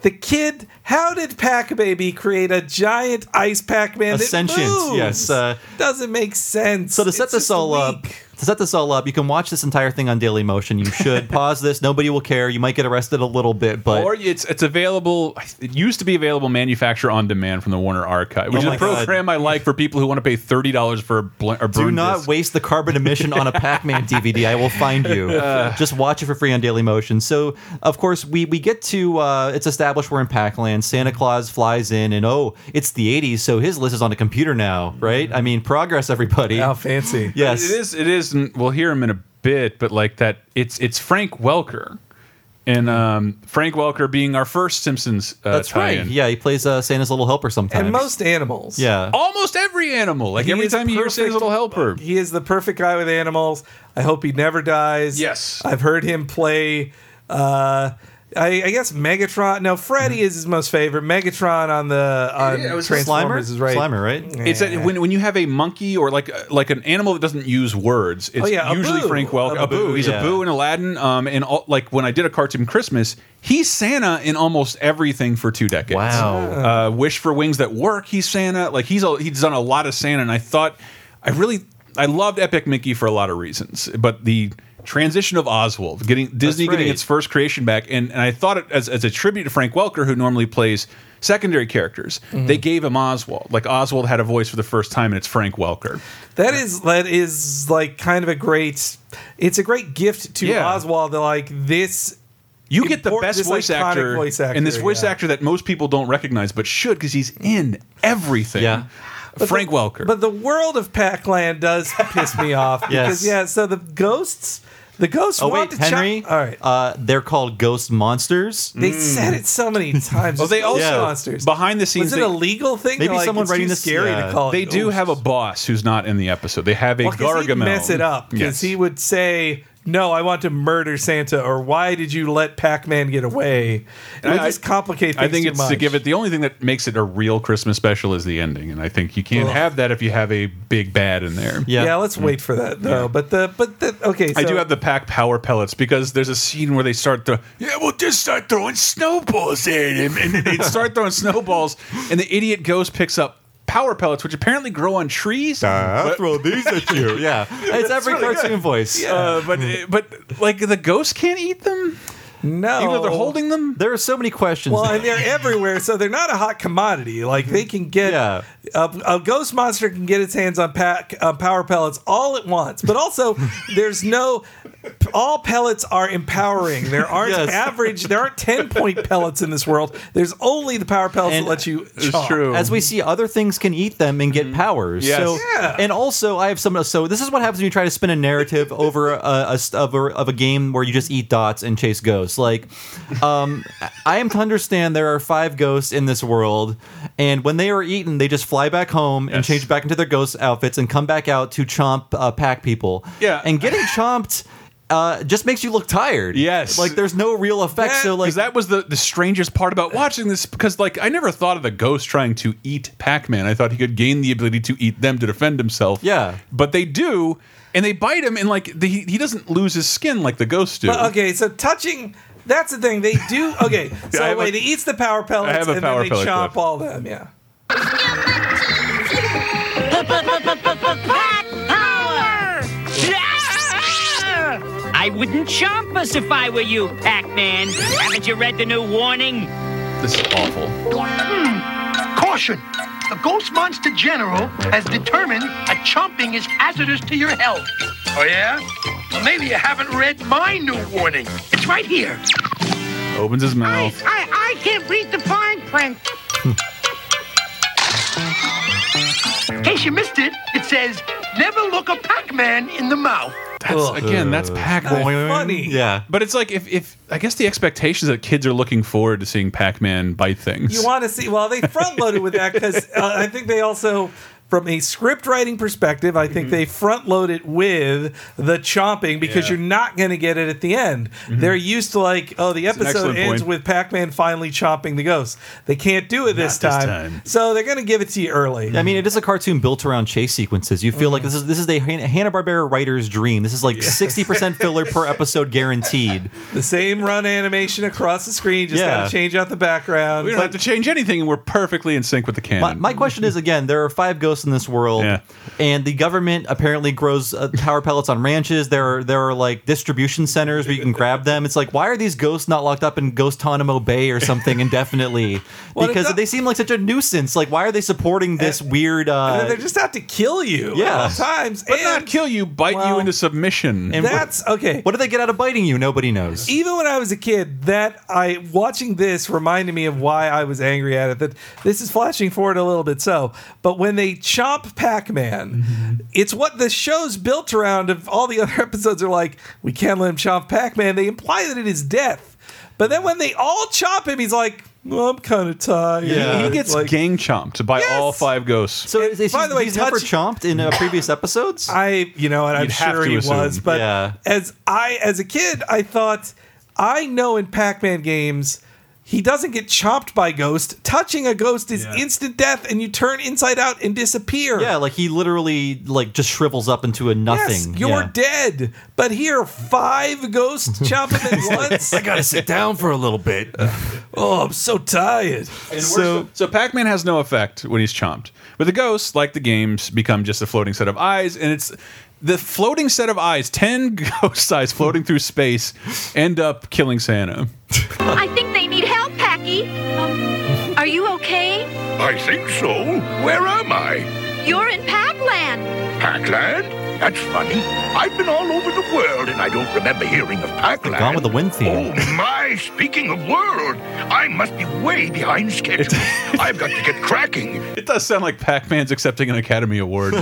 S4: The kid, how did Pac Baby create a giant ice Pac Man?
S2: Ascensions, yes, uh,
S4: Doesn't make sense.
S2: So to set
S4: It's
S2: this
S4: just
S2: all up,
S4: weak.
S2: to set this all up, you can watch this entire thing on Daily Motion. You should pause this. Nobody will care. You might get arrested a little bit, but
S3: Or it's it's available. It used to be available manufacture on demand from the Warner Archive, which
S2: Oh
S3: is
S2: my
S3: a
S2: God.
S3: program I like for people who want to pay thirty dollars for a, bl- a
S2: do
S3: burned
S2: not
S3: disc.
S2: waste the carbon emission on a Pac-Man DVD. I will find you. Just watch it for free on Daily Motion. So, of course, we we get to uh, it's established we're in Pac-Land. Santa Claus flies in, and oh, it's the '80s, so his list is on a computer now, right? I mean, progress, everybody.
S4: How fancy.
S2: Yes,
S3: It is. It is. And we'll hear him in a bit, but like that, it's it's Frank Welker, and um, Frank Welker being our first Simpsons. Uh,
S2: That's right.
S3: tie-in.
S2: Yeah, he plays uh, Santa's little helper sometimes.
S4: And most animals.
S2: yeah.
S3: Almost every animal. Like
S4: He
S3: every
S4: is
S3: time you hear Santa's
S4: perfect.
S3: Little Helper.
S4: He is the perfect guy with animals. I hope he never dies.
S3: Yes.
S4: I've heard him play. Uh, I, I guess Megatron. No, Freddy is his most favorite. Megatron on the on
S3: Mm-hmm. Yeah, it was
S4: Transformers
S2: Slimer
S4: is right.
S2: Slimer, right?
S3: It's a, when when you have a monkey or like uh, like an animal that doesn't use words. It's
S4: yeah, a
S3: usually
S4: boo.
S3: Frank Welker.
S4: A
S3: A boo.
S4: boo,
S3: He's
S2: yeah.
S3: a boo in Aladdin. Um, and all, like when I did a cartoon Christmas, he's Santa in almost everything for two decades.
S2: Wow.
S3: Uh, Wish for Wings that work. He's Santa. Like he's all, he's done a lot of Santa. And I thought I really I loved Epic Mickey for a lot of reasons, but the transition of Oswald, getting Disney
S2: right.
S3: getting its first creation back, and, and I thought it as, as a tribute to Frank Welker, who normally plays secondary characters.
S4: Mm-hmm.
S3: They gave him Oswald. Like Oswald had a voice for the first time, and it's Frank Welker.
S4: That is that is like kind of a great. It's a great gift to
S3: Yeah.
S4: Oswald. That like this.
S3: You get the
S4: Import-
S3: best
S4: this
S3: voice
S4: iconic
S3: actor,
S4: voice actor,
S3: and this voice
S4: yeah.
S3: actor that most people don't recognize but should because he's in everything.
S2: Yeah.
S3: Frank Welker.
S4: But the world of Pac-Land does piss me off because
S2: Yes.
S4: yeah. So the ghosts, the ghosts
S2: Oh
S4: want
S2: wait,
S4: to chop-
S2: Henry.
S4: All right,
S2: Uh, they're called ghost monsters.
S4: they said it so many times.
S3: Oh, Mm. they also
S4: Ghost
S2: Yeah.
S4: monsters.
S3: behind the scenes.
S4: Was it
S3: they-
S4: a legal thing?
S2: Maybe
S4: They're like,
S2: someone
S4: it's
S2: writing
S4: too
S2: this-
S4: scary
S2: yeah.
S4: to call it
S3: Uh, They do
S4: ghosts.
S3: have a boss who's not in the episode. They have a
S4: Well, 'cause he'd
S3: Gargamel.
S4: mess it up because
S3: Yes.
S4: he would say, "No, I want to murder Santa," or "Why did you let Pac-Man get away?" It would
S3: I-
S4: just complicate things
S3: I think
S4: too
S3: it's to
S4: much.
S3: give it the only thing that makes it a real Christmas special is the ending, and I think you can't have that if you have a big bad in there.
S4: Yeah,
S2: Yeah.
S4: let's wait for that though. But the but the okay. So,
S3: I do have the pack power pellets because there's a scene where they start to yeah, we'll just start throwing snowballs at him, and then they start throwing snowballs, and the idiot ghost picks up power pellets, which apparently grow on trees. But-
S2: throw these at you. Yeah, it's every
S3: really
S2: cartoon voice.
S3: uh, but but like the ghost can't eat them,
S4: no.
S3: even though they're holding them.
S2: There are so many questions.
S4: Well, and they're everywhere, so they're not a hot commodity. Like they can get
S2: Yeah.
S4: a, a ghost monster can get its hands on pack uh, power pellets all at once. But also, there's no all pellets are empowering. There aren't
S2: Yes.
S4: average. There aren't ten point pellets in this world. There's only the power pellets
S2: And-
S4: that let you.
S3: It's
S4: chomp.
S3: true. Mm-hmm.
S2: as we see other things can eat them and get powers.
S3: Yes.
S2: So,
S4: Yeah.
S2: and also I have some. So this is what happens when you try to spin a narrative over a, a, of a of a game where you just eat dots and chase ghosts. Like, um, I am to understand there are five ghosts in this world, and when they are eaten, they just fly back home and
S3: Yes.
S2: change back into their ghost outfits and come back out to chomp uh, pack people.
S3: Yeah.
S2: and getting chomped. Uh, just makes you look tired.
S3: Yes.
S2: like there's no real effect.
S4: That-
S2: so like
S3: Because that was the, the strangest part about watching this. Because like I never thought of the ghost trying to eat Pac Man. I thought he could gain the ability to eat them to defend himself.
S2: Yeah.
S3: but they do, and they bite him, and like the, he he doesn't lose his skin like the ghosts do.
S2: uh,
S4: But, okay, so touching. That's the thing. They do. Okay, so
S3: I have a-
S4: wait, he eats the power pellets
S3: I have a
S4: and
S3: power
S4: then they
S3: pellet
S4: chomp
S3: clip.
S4: all them. Yeah.
S7: Power! Ah! I wouldn't chomp us if I were you, Pac-Man. Haven't you read the new warning?
S3: This is awful.
S6: Caution! The Ghost Monster General has determined that chomping is hazardous to your health. Oh, yeah? Well, maybe you haven't read my new warning. It's right here.
S3: Opens his mouth.
S5: I, I can't read the fine print.
S6: Hmm. In case you missed it, it says, never look a Pac-Man in the mouth.
S3: That's, again, that's Pac Man.
S4: Funny.
S2: yeah,
S3: But it's like if, if I guess the expectations that kids are looking forward to seeing Pac Man bite things.
S4: You want to see? Well, they front loaded with that because uh, I think they also from a script writing perspective, I think they front load it with the chomping because
S3: Mm-hmm. Yeah. Mm-hmm.
S4: you're not going to get it at the end. They're used to like, oh, the
S3: an
S4: episode
S3: excellent
S4: ends
S3: point.
S4: with Pac-Man finally chomping the ghost. They can't do it this
S3: this
S4: time,
S3: time.
S4: so they're going to give it to you early.
S2: I mean, it is a cartoon built around chase sequences. You feel like this is this is a Hanna Barbera writer's dream. This is like sixty percent filler per episode guaranteed.
S4: The same run animation across the screen, just
S2: Yeah.
S4: got to change out the background.
S3: We don't have to change anything, and we're perfectly in sync with the
S2: My,
S3: canon.
S2: my question is again: there are five ghosts in this world,
S3: Yeah.
S2: and the government apparently grows uh, power pellets on ranches. There are there are like distribution centers where you can grab them. It's like why are these ghosts not locked up in Ghost Tonimo Bay or something indefinitely?
S4: Well, it
S2: because
S4: do-
S2: they seem like such a nuisance. Like wy are they supporting this weird? Uh,
S4: And then they're just out to kill you
S2: Yeah.
S4: at all times.
S3: but
S4: and
S3: not kill you, bite
S4: Well-
S3: you into submission.
S2: And-
S4: That's okay.
S2: what do they get out of biting you? Nobody knows.
S4: even when I was a kid, that I watching this reminded me of why I was angry at it. That this is flashing forward a little bit, so but when they chomp Pac-Man, it's what the show's built around. Of all the other episodes, are like we can't let him chomp Pac-Man. They imply that it is death, but then when they all chomp him, he's like, well, "I'm kind of tired."
S2: Yeah.
S3: he
S4: It's
S3: gets
S4: like,
S3: gang chomped by all
S4: Yes!
S3: five ghosts.
S2: So
S4: And
S2: is, is
S4: by
S2: he,
S4: the way,
S2: he's never
S4: touch-
S2: chomped in uh, previous episodes.
S4: I, you know, and I'm
S3: You'd have
S4: sure
S3: to
S4: he
S3: assume.
S4: was, but
S2: Yeah.
S4: as I, as a kid, I thought, I know in Pac-Man games, he doesn't get chopped by ghost. Touching a ghost is
S3: Yeah.
S4: instant death, and you turn inside out and disappear.
S2: yeah, like he literally like just shrivels up into a
S4: Yes,
S2: nothing.
S4: you're
S2: Yeah.
S4: dead. But here, five ghosts chop him at once.
S9: gotta sit down for a little bit.
S4: oh, I'm so tired.
S3: So, so Pac-Man has no effect when he's chomped, but the ghosts, like the games, become just a floating set of eyes, and it's the floating set of eyes, ten ghost eyes floating through space, end up killing Santa.
S5: I think they need help, Packy. Are you okay?
S8: I think so. Where am I?
S5: You're in Pac-Land.
S8: Packland? That's funny. I've been all over the world and I don't remember hearing of Packland.
S2: Gone with the Wind theme.
S8: Oh my, speaking of world, I must be way behind schedule. I've got to get cracking.
S3: It does sound like Pac-Man's accepting an Academy Award.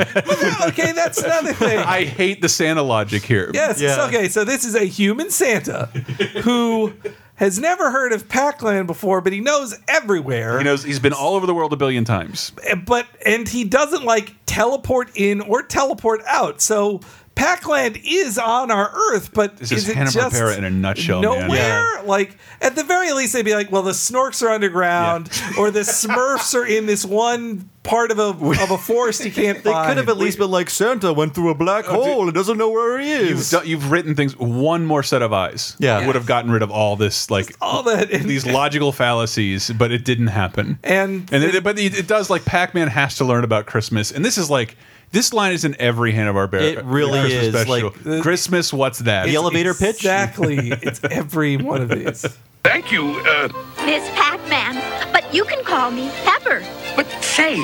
S4: okay, that's another thing.
S3: I hate the Santa logic here.
S4: Yes.
S2: Yeah.
S4: Okay. So this is a human Santa who has never heard of Pac-Land before, but he knows everywhere. eh,
S3: He knows he's been all over the world a billion times.
S4: but and he doesn't like teleport in or teleport out. So Pac-Land is on our Earth, but
S3: This is
S4: is it
S3: Hanna
S4: just
S3: Barbera in a nutshell, man.
S4: Nowhere, like at the very least, they'd be like, "Well, the Snorks are underground, or the Smurfs are in this one part of a of a forest you can't
S2: They
S4: find."
S2: could have at least been like Santa went through a black hole and doesn't know where Oh, he
S3: You've,
S2: is.
S3: done- you've written things. One more set of eyes,
S2: Yeah.
S3: would have gotten rid of all this like
S4: all that. And,
S3: these logical fallacies, but it didn't happen.
S4: and,
S3: And it, but it, it does like Pac-Man has to learn about Christmas, and this is like this line is in every Hanna Barbera.
S2: It really is,
S3: like Christmas. What's that?
S2: The elevator pitch.
S4: exactly, it's every one of these.
S8: Thank you, uh,
S5: Miss Pac-Man. But you can call me Pepper.
S6: But say,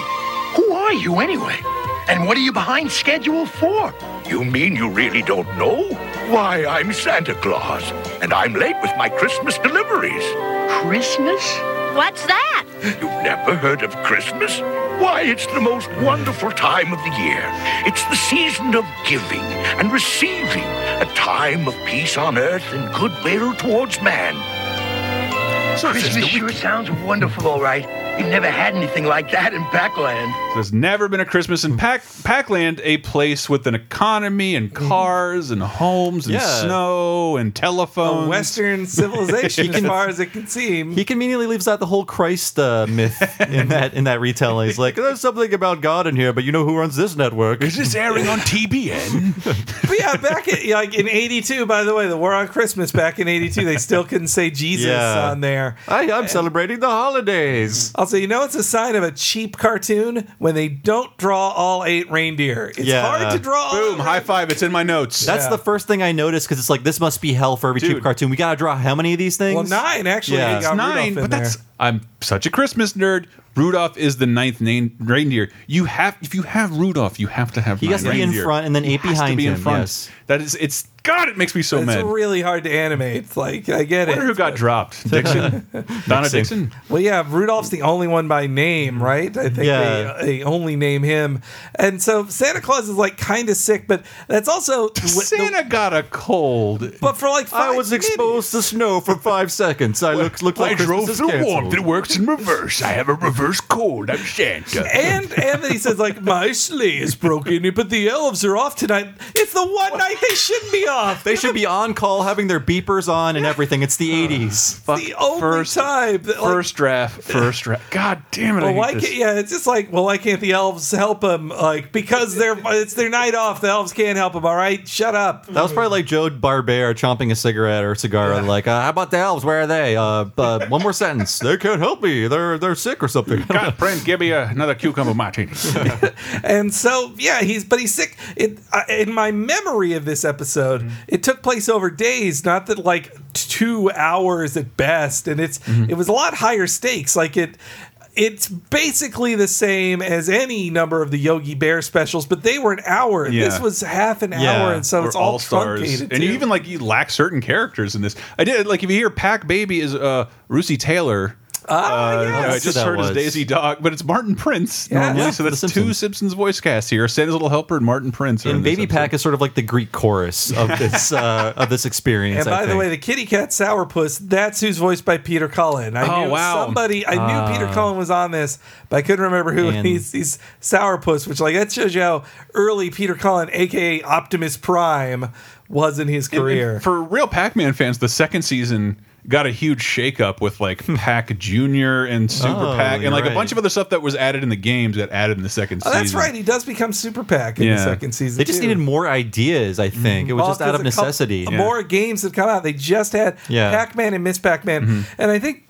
S6: who are you anyway? And what are you behind schedule for?
S8: you mean you really don't know? Why, I'm Santa Claus, and I'm late with my Christmas deliveries.
S6: Christmas?
S5: What's that?
S8: You've never heard of Christmas? Why, it's the most wonderful time of the year. It's the season of giving and receiving, a time of peace on earth and goodwill towards man.
S6: So Christmas sure sounds wonderful, all right. We've never had anything like that in Backland.
S3: There's never been a Christmas in Pac Packland, a place with an economy and
S4: Mm-hmm.
S3: cars and homes and
S2: Yeah.
S3: snow and
S2: Um,
S3: telephones.
S4: Western civilization, as far as it can seem.
S2: He conveniently leaves out the whole Christ uh, myth in that in that retelling. He's like, "There's something about God in here, but you know who runs this network?"
S3: It's airing on TBN.
S4: But yeah, back at like in '82. By the way, the war on Christmas back in '82, they still couldn't say Jesus
S2: Yeah.
S4: on there.
S2: I, I'm celebrating the holidays.
S4: Also, you know it's a sign of a cheap cartoon when they don't draw all eight reindeer. It's
S2: Yeah.
S4: hard to draw. all
S3: Boom!
S4: eight
S3: High five! It's in my notes.
S2: That's
S4: Yeah.
S2: the first thing I noticed because it's like this must be hell for every cheap
S3: Dude.
S2: cartoon. We gotta draw how many of these things?
S4: reindeer. Well, nine actually.
S2: Yeah.
S4: they
S2: It's
S4: got
S3: nine,
S4: Rudolph in
S3: but that's
S4: there.
S3: I'm such a Christmas nerd. Rudolph is the ninth name reindeer. You have if you have Rudolph, you have to have.
S2: He
S3: nine
S2: has to be in
S3: reindeer.
S2: front and then
S3: He
S2: eight
S3: has to
S2: behind
S3: be in
S2: him,
S3: front.
S2: yes.
S3: That is, it's God. It makes me so
S4: It's
S3: mad.
S4: really hard to animate. It's Like I get
S3: I wonder who
S4: it.
S3: got dropped. Dixon, Donna Dixon.
S4: Well, yeah, Rudolph's the only one by name, right? I think
S2: Yeah.
S4: they, they only name him, and so Santa Claus is like kind of sick, but that's also
S3: Santa got a cold.
S4: But for like five
S2: I was
S4: minutes-
S2: exposed to snow for five seconds. I looked looked like
S8: I
S2: Christmas
S8: drove
S2: is
S8: through
S2: canceled.
S8: warmth. It works in reverse. I have a Reverse code. I'm Santa.
S4: And and then he says like my sleigh is broken, but the elves are off tonight. It's the one night they shouldn't be off.
S2: They should be on call, having their beepers on and everything. It's
S4: Oh.
S2: the '80s.
S3: Fuck,
S4: the only
S3: first,
S4: time. That, like,
S3: first draft, first draft. God damn it! I
S4: well,
S3: hate
S4: why
S3: this.
S4: can't, yeah, it's just like, well, why can't the elves help him? Like, because they're it's their night off. The elves can't help him. All right, shut up.
S2: That was probably like Joe Barbera chomping a cigarette or a cigar. Like, uh, how about the elves? Where are they? Uh, uh, one more sentence. They can't help me. They're they're sick or something.
S3: God, friend, give me a, another cucumber martini.
S4: And so, yeah, he's but he's sick. It I in my memory of this episode,
S3: Mm-hmm.
S4: it took place over days, not that like two hours at best. And it's
S3: Mm-hmm.
S4: it was a lot higher stakes. Like it. It's basically the same as any number of the Yogi Bear specials, but they were an hour.
S3: Yeah.
S4: This was half an
S2: Yeah,
S4: hour, and so
S3: Or
S4: it's all,
S3: All-Stars.
S4: truncated.
S3: and you
S4: too.
S3: even like you lack certain characters in this. I did like if you hear Pack Baby is uh Rusey Taylor.
S4: Ah,
S3: Uh,
S4: yes.
S3: I just
S2: That
S3: heard
S2: was.
S3: as Daisy Dog, but it's Martin Prince
S4: Yeah.
S3: normally.
S4: Yeah,
S3: so
S2: The
S3: that's
S2: Simpsons.
S3: two Simpsons voice casts here. Santa's Little Helper and Martin Prince. Are in
S2: And
S3: this
S2: Baby
S3: episode.
S2: Pack is sort of like the Greek chorus of this uh, of this experience.
S4: And by
S2: I
S4: the
S2: think.
S4: way, the kitty cat sourpuss, that's who's voiced by Peter Cullen. I
S3: Oh,
S4: knew
S3: wow.
S4: somebody I knew Peter Cullen was on this, but I couldn't remember who
S2: And-
S4: he's he's sourpuss, which like that shows you how early Peter Cullen, aka Optimus Prime, was in his
S3: And- and
S4: career.
S3: for real Pac-Man fans, the second season got a huge shakeup with like Pac Junior and Super
S2: Hmm. Oh,
S3: Pac, and
S2: you're
S3: like
S2: right.
S3: a bunch of other stuff that was added in the games got added in the second
S4: Oh,
S3: season.
S4: that's right. He does become Super Pac in the
S3: Yeah.
S4: second season.
S2: they just
S4: too.
S2: needed more ideas. I think it was
S4: Mm-hmm. Well,
S2: just out of
S4: 'cause a couple-
S2: necessity.
S4: More games had come out. They just had
S2: Yeah. Mm-hmm.
S4: Pac-Man and Miss Pac-Man, and I think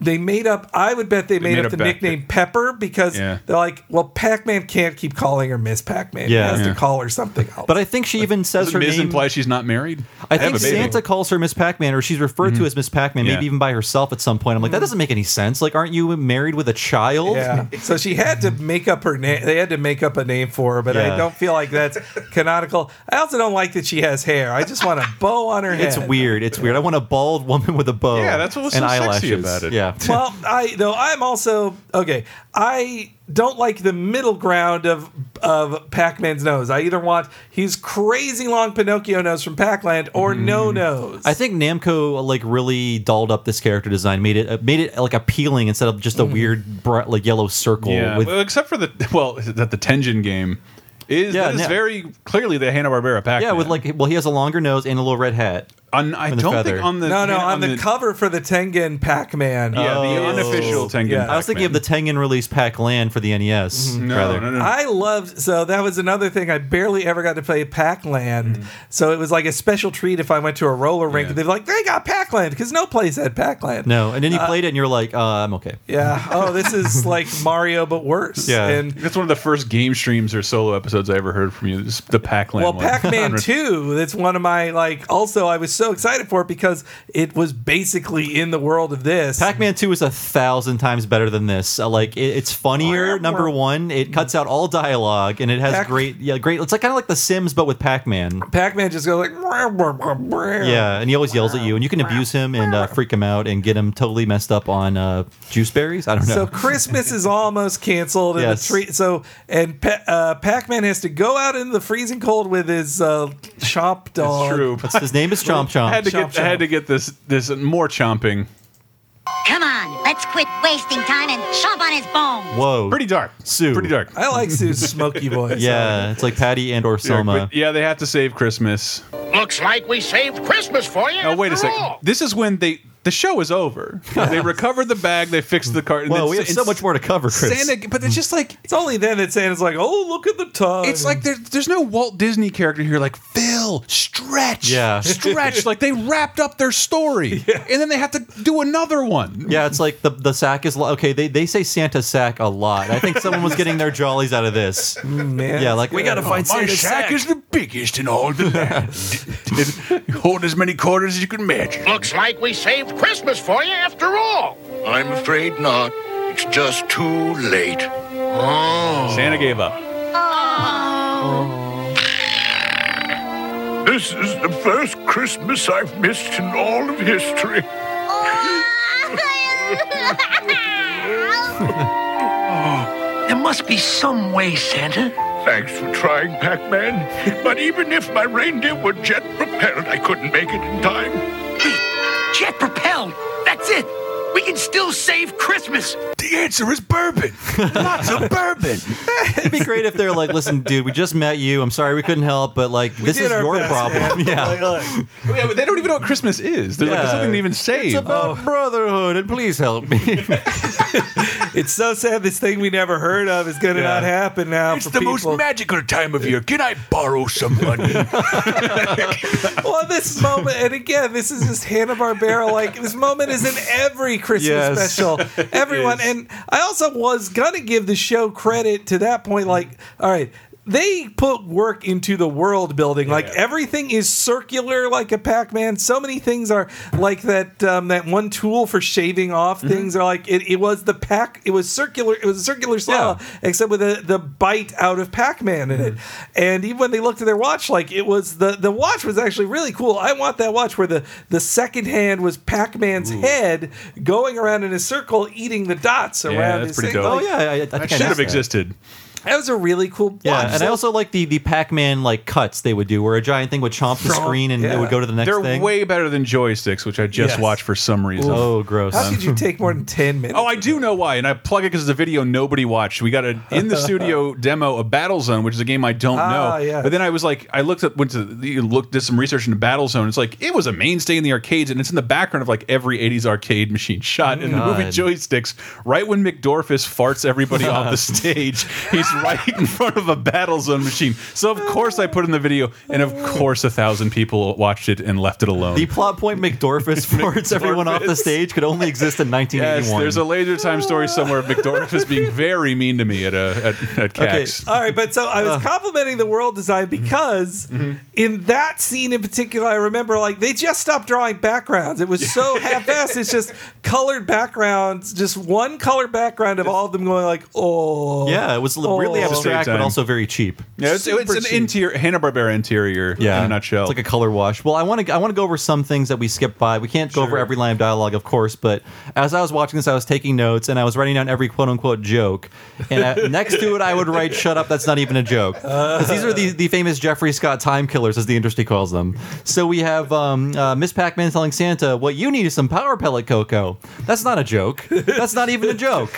S4: they made up. I would bet they made,
S3: made
S4: up
S3: up
S4: the
S3: Pac-
S4: nickname Pepper because
S3: Yeah.
S4: they're like, well, Pac-Man can't keep calling her Miss Pac-Man.
S2: Yeah.
S4: he has
S2: Yeah.
S4: to call her something else.
S2: But I think she even says
S3: Does
S2: her
S3: Miz
S2: name.
S3: imply she's not married?
S2: I
S3: They have
S2: think
S3: a baby.
S2: Santa calls her Miss Pac-Man, or she's referred
S4: Mm-hmm.
S2: to as Miss Pac-Man,
S3: Yeah.
S2: maybe even by herself at some point. I'm like, that doesn't make any sense. Like, aren't you married with a child?
S4: yeah, so she had to make up her name. They had to make up a name for her, but I
S2: Yeah.
S4: don't feel like that's canonical. I also don't like that she has hair. I just want a bow on her head.
S2: It's weird. It's weird. I want a bald woman with a bow.
S3: Yeah, that's what was
S2: and
S3: so sexy
S2: eyelashes.
S3: about it.
S2: Yeah.
S4: well, I though I'm also okay. I don't like the middle ground of of Pac-Man's nose. I either want his crazy long Pinocchio nose from Pac-Land or no nose.
S2: I think Namco like really dolled up this character design, made it uh, made it like appealing instead of just a weird bright, like yellow circle.
S3: Mm. Yeah,
S2: with,
S3: well, except for the well that the Tenjin game is
S2: Yeah,
S3: that is
S2: now-
S3: very clearly the Hanna Barbera pack.
S2: yeah, with like well, he has a longer nose and a little red hat.
S3: on, I
S2: with the
S3: don't
S2: feather.
S3: think on the
S4: no, no.
S3: Hanna-
S4: On, the, cover for the Tengen Pac-Man.
S3: yeah, the
S2: Oh.
S3: unofficial Tengen.
S4: Yeah.
S3: Pac-Man. Mm-hmm.
S2: I was thinking of the Tengen release Pac Land for the NES.
S3: no,
S2: rather.
S3: no, no.
S4: I loved so that was another thing I barely ever got to play Pac-Land. So it was like a special treat if I went to a roller rink.
S3: Yeah.
S4: They're like they got Pac-Land because no place had Pac-Land.
S2: No, and then you played it, and you're like, uh, I'm okay.
S4: Yeah. Oh, this is like Mario but worse.
S2: Yeah.
S4: And
S3: That's one of the first game streams or solo episodes I ever heard from you. is The Pac-Land.
S4: Well,
S3: one.
S4: Pac-Man 2, that's one of my like also I was so excited for it because it was basically in the world of this.
S2: Pac-Man 2 is a thousand times better than this. Uh, like it, it's
S3: Oh,
S2: funnier. Number one, it cuts out all dialogue, and it has
S4: Pac-
S2: great, yeah, great. It's like kind of like The Sims, but with Pac-Man.
S4: Pac-Man just goes like "Brr, brr, brr, brr."
S2: Yeah, and he always yells at you, and you can abuse him and uh, freak him out and get him totally messed up on uh, juice berries. I don't know.
S4: So Christmas is almost canceled, and
S2: Yes.
S4: the tree. So and pa- uh, Pac-Man has to go out in the freezing cold with his uh, chomp dog.
S3: That's true.
S2: That's- his name is Chomp
S3: I had
S2: Chomp.
S3: to
S4: Chomp,
S3: get I had
S4: chomp.
S3: to get this this more chomping.
S5: Come on, let's quit wasting time and chomp on his bone.
S2: Whoa,
S3: Pretty dark.
S2: Sue.
S3: Pretty dark.
S4: I like Sue's smoky voice.
S2: Yeah, it's like Patty and or
S3: Dark,
S2: Selma.
S3: but yeah, they have to save Christmas.
S6: Looks like we saved Christmas for you.
S3: Oh, wait a
S6: after
S3: second.
S6: all.
S3: This is when they the show is over. They recovered the bag. They fixed the cart. and
S2: Whoa,
S3: then
S2: we have
S3: Sa-
S2: so much more to cover, Chris.
S3: Santa, but it's just like
S4: It's only then that Santa's like, "Oh, look at the time."
S3: it's like there, there's no Walt Disney character here. Like Phil, stretch,
S2: Yeah.
S3: stretch. like they wrapped up their story, and then they have to do another one.
S2: Yeah, it's like the the sack is lo- okay. They they say Santa sack a lot. I think someone was getting their jollies out of this.
S4: man.
S2: Yeah, like we gotta
S8: Oh, My
S2: find Santa
S8: sack is the biggest in all the land. it hold as many quarters as you can imagine.
S6: Looks like we saved Christmas for you after all.
S8: I'm afraid not. It's just too late.
S3: Santa gave up.
S8: This is the first Christmas I've missed in all of history.
S6: There must be some way, Santa.
S8: Thanks for trying, Pac Man. But even if my reindeer were jet propelled, I couldn't make it in time.
S6: Jet propelled. That's it. We can still save Christmas.
S9: The answer is bourbon. Lots of bourbon.
S2: It'd be great if they're like, "Listen, dude, we just met you. I'm sorry we couldn't help, but like, this
S4: did
S2: is
S4: our
S2: your
S4: best,
S2: problem." Yeah.
S3: yeah, but they don't even know what Christmas is. They're like,
S2: Yeah.
S3: there's nothing to even say.
S2: It's about brotherhood, and please help me.
S4: It's so sad this thing we never heard of is going to not happen now.
S9: It's
S4: for
S9: the
S4: people.
S9: most magical time of year. Can I borrow some money?
S4: well, this moment, and again, this is just Hanna Barbera. Like this moment is in every Christmas
S2: Yes.
S4: special. Everyone,
S3: is.
S4: and I also was gonna give the show credit to that point. Like, all right. They put work into the world building. Like everything is circular, like a Pac-Man. So many things are like that. Um, that one tool for shaving off things are like it, it was the pack. It was circular. It was a circular saw, except with the the bite out of Pac-Man in it. And even when they looked at their watch, like it was the the watch was actually really cool. I want that watch where the the second hand was Pac-Man's head going around in a circle, eating the dots around.
S3: that's
S4: his
S3: pretty
S4: thing.
S3: dope.
S2: oh
S4: Like,
S2: yeah, I, I think I
S3: That should
S2: missed
S3: have
S2: that.
S3: existed.
S4: that was a really cool
S2: Yeah,
S4: watch.
S2: and
S4: So-
S2: I also like the the Pac-Man like cuts they would do, where a giant thing would chomp the screen and it
S4: yeah.
S2: would go to the next
S3: They're
S2: thing.
S3: way better than joysticks, which I just
S4: Yes.
S3: watched for some reason.
S2: oh, gross.
S4: how could you take more than ten minutes?
S3: Oh, I do know why, and I plug it because it's a video nobody watched. We got a in the studio demo of Battlezone, which is a game I don't
S4: Ah,
S3: know.
S4: yeah.
S3: But then I was like, I looked up, went to you looked, did some research into Battlezone. It's like it was a mainstay in the arcades, and it's in the background of like every '80s arcade machine shot in the movie
S2: God.
S3: Joysticks. Right when McDorfus farts everybody off the stage, he's right in front of a Battlezone machine. So of course I put in the video, and of course a thousand people watched it and left it alone.
S2: the plot point McDorfus farts everyone off the
S3: McDorfus.
S2: stage could only exist in
S3: Yes,
S2: 1981.
S3: there's a laser time story somewhere of McDorfus being very mean to me at a at, at CAX.
S2: uh,
S4: All right, but so I was complimenting the world design
S2: Mm-hmm.
S4: because in that scene in particular, I remember like they just stopped drawing backgrounds. It was so half-assed. It's just colored backgrounds, just one colored background of all of them going like, oh,
S2: yeah, it was l- really
S4: Oh.
S2: abstract
S3: Same
S2: but
S3: time.
S2: also very cheap.
S3: Yeah, it's, it's
S4: Super
S3: an
S4: cheap.
S3: interior Hanna Barbera interior
S2: Yeah,
S3: in a nutshell.
S2: It's like a color wash. Well, I want to I want to go over some things that we skipped by. We can't go over every line of dialogue, of course, but as I was watching this, I was taking notes and I was writing down every quote unquote joke. And uh next to it, I would write "Shut up, that's not even a joke."
S3: Uh.
S2: 'Cause these are the, the famous Jeffrey Scott time killers, as the industry calls them. So we have um, uh, Miss Pac-Man telling Santa, "What you need is some power pellet cocoa." That's not a joke. That's not even a joke.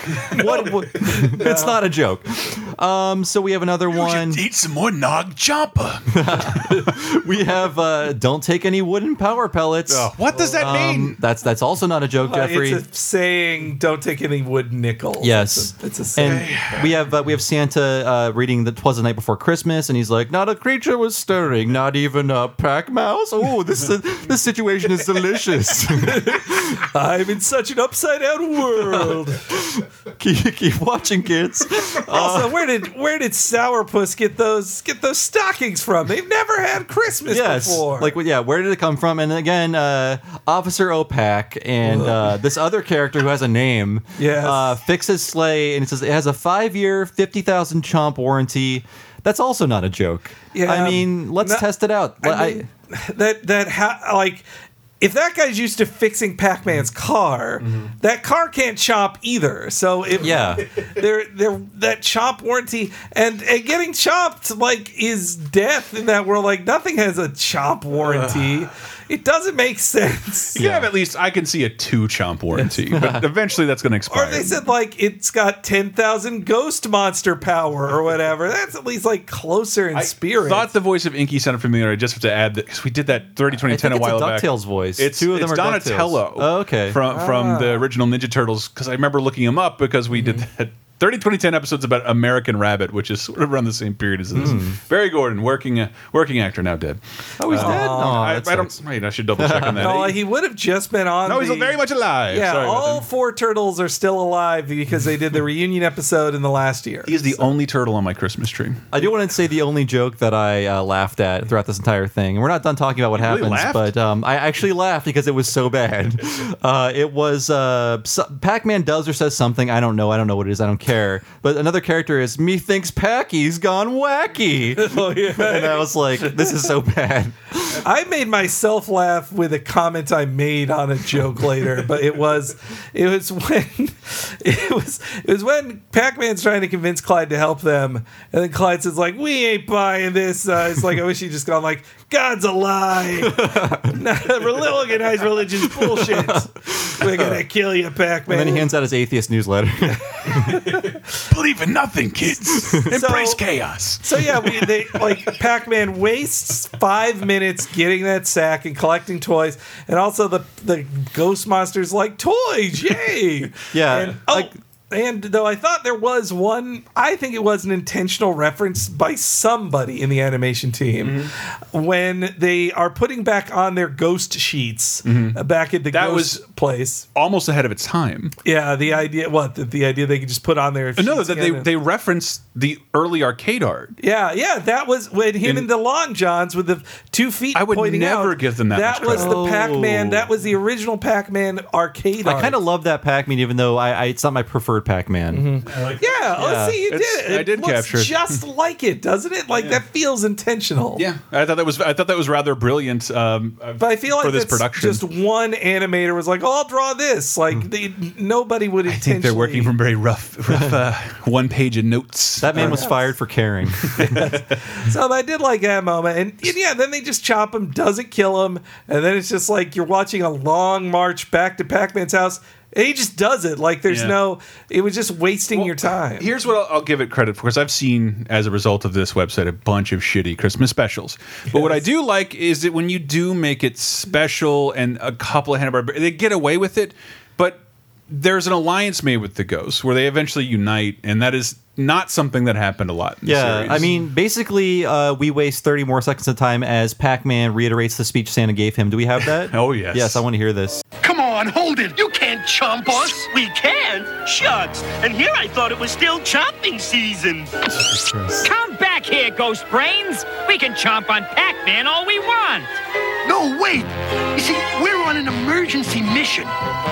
S2: What? what It's not a joke. Um, so we have another one.
S9: Eat some more Nog Chompa.
S2: We have uh, don't take any wooden power pellets.
S3: what does that mean?
S2: Um, that's that's also not a joke,
S4: Uh,
S2: Jeffrey.
S4: It's a saying, don't take any wood nickels.
S2: yes,
S4: It's a, it's a saying.
S2: and we have uh, we have Santa uh, reading the "Twas the Night Before Christmas," and he's like, "Not a creature was stirring, not even a pack mouse." Oh, this is this situation is delicious.
S4: I'm in such an upside down world.
S2: Uh. keep, keep watching, kids.
S4: also, where did where did Sourpuss get those get those stockings from? They've never had Christmas
S2: Yes,
S4: before.
S2: like well, yeah, where did it come from? And again, uh, Officer Opac and uh, this other character who has a name,
S4: Yes.
S2: uh, fixes sleigh, and it says it has a five-year, fifty thousand chomp warranty. That's also not a joke.
S4: Yeah.
S2: I mean, let's
S4: No,
S2: test it out. I-
S4: I mean, that that ha- like if that guy's used to fixing Pac-Man's car,
S3: Mm-hmm.
S4: that car can't chop either. So if
S2: Yeah.
S4: they're, they're, that chop warranty and, and getting chopped like is death in that world. Like nothing has a chop warranty. it doesn't make sense.
S3: you can have at least I can see a two chomp warranty, but eventually that's going to
S4: Or
S3: expire.
S4: they said like it's got ten thousand ghost monster power or whatever. That's at least like closer in
S3: I
S4: spirit.
S3: thought the voice of Inky sounded familiar. I just have to add that because we did that 30, 20,
S2: I
S3: 10
S2: think
S3: a
S2: it's
S3: while
S2: a
S3: back.
S2: DuckTales voice.
S3: It's,
S2: Two of
S3: it's
S2: them are DuckTales.
S3: Donatello.
S2: Oh, okay.
S3: From from the original Ninja Turtles because I remember looking him up because we
S2: Mm-hmm.
S3: did that 30 2010 episodes about American Rabbit, which is sort of around the same period as this. Barry Gordon, working uh, working actor now dead.
S2: Hmm.
S3: Uh,
S2: oh, he's dead. Aw, Oh,
S3: I,
S2: that
S3: I
S2: sucks.
S3: don't. Wait, I should double check on that.
S4: No, he would have just been on.
S3: no, he's
S4: the-
S3: very much alive.
S4: Yeah,
S3: Sorry about
S4: all
S3: that.
S4: four turtles are still alive because they did the reunion episode in the last year.
S3: He is the only turtle on my Christmas tree.
S2: I do want to say the only joke that I uh, laughed at throughout this entire thing, and we're not done talking about what
S3: really
S2: happens,
S3: laughed?
S2: but um, I actually laughed because it was so bad. Uh, it was uh, so- Pac-Man does or says something I don't know. I don't know what it is. I don't care. But another character is methinks Packy's gone wacky, and I was like, this is so bad.
S4: I made myself laugh with a comment I made on a joke later, but it was it was when it was it was when Pac-Man's trying to convince Clyde to help them, and then Clyde says like, "We ain't buying this." Uh, it's like I wish he would just gone like, God's a lie. Organized religion's bullshit. We're gonna kill you, Pac-Man.
S2: And then he hands out his atheist newsletter.
S9: Believe in nothing, kids. Embrace chaos.
S4: So yeah, we, they like Pac-Man wastes five minutes getting that sack and collecting toys, and also the the ghost monsters like toys, yay!
S2: Yeah,
S4: and, oh,
S2: like-
S4: and though I thought there was one, I think it was an intentional reference by somebody in the animation team
S3: Mm-hmm.
S4: when they are putting back on their ghost sheets uh, back at the
S3: Mm-hmm. That
S4: ghost
S3: was-
S4: place.
S3: almost ahead of its time.
S4: Yeah, the idea what the, the idea they could just put on their
S3: Uh, No,
S4: sheets
S3: that they
S4: again.
S3: they referenced the early arcade art.
S4: Yeah, yeah, that was when him
S3: In-
S4: in the long johns with the two feet.
S3: I would
S4: pointing
S3: never
S4: out,
S3: give them that
S4: That
S3: much
S4: was
S3: credit. Oh.
S4: the Pac-Man. That was the original Pac-Man arcade.
S2: I kind of love that Pac-Man, even though I, I it's not my preferred Pac-Man.
S3: Mm-hmm.
S4: yeah. Let's see, you did.
S3: It's-
S4: It
S3: I did
S4: looks
S3: capture it.
S4: just like it, doesn't it? Like that feels intentional.
S3: Yeah, I thought that was I thought that was rather brilliant. Um,
S4: But I feel like
S3: for this
S4: that's
S3: production, Mm.
S4: just one animator was like, "Oh, I'll draw this." Like they, nobody would
S3: I think
S4: intentionally.
S3: they're working from very rough, rough uh, one page of notes.
S2: That man was fired for caring.
S4: So I did like that moment, and, and yeah, then they just chop him, doesn't kill him, and then it's just like you're watching a long march back to Pac-Man's house, and he just does it. Like there's
S3: Yeah.
S4: no, it was just wasting your time.
S3: Here's what I'll, I'll give it credit for because I've seen, as a result of this website, a bunch of shitty Christmas specials. But what I do like is that when you do make it special and a couple of Hanna Barbera, they get away with it. But there's an alliance made with the ghosts where they eventually unite, and that is not something that happened a lot. In the
S2: yeah,
S3: series.
S2: I mean, basically, uh, we waste 30 more seconds of time as Pac-Man reiterates the speech Santa gave him. Do we have that?
S3: Oh, yes.
S2: Yes, I want to hear this.
S6: Come on, hold it. You can't chomp us.
S7: We can? Shucks. And here I thought it was still chomping season. Come back here, Ghost Brains. We can chomp on Pac Man all we want.
S6: No, wait. You see, we're on an emergency mission.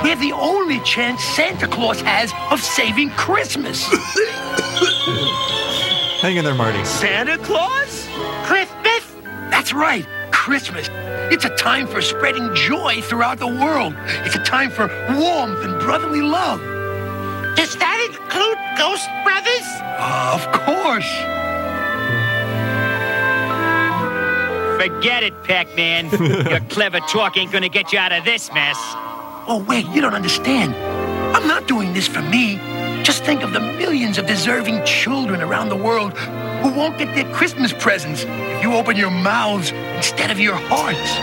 S6: We have the only chance Santa Claus has of saving Christmas.
S2: Hang in there, Marty.
S7: Santa Claus?
S6: Christmas? That's right, Christmas. It's a time for spreading joy throughout the world. It's a time for warmth and brotherly love.
S5: Does that include Ghost Brothers?
S6: Ah, Of course.
S7: Forget it, Pac Man. Your clever talk ain't gonna get you out of this mess.
S6: Oh, wait, you don't understand. I'm not doing this for me. Just think of the millions of deserving children around the world who won't get their Christmas presents if you open your mouths instead of your hearts.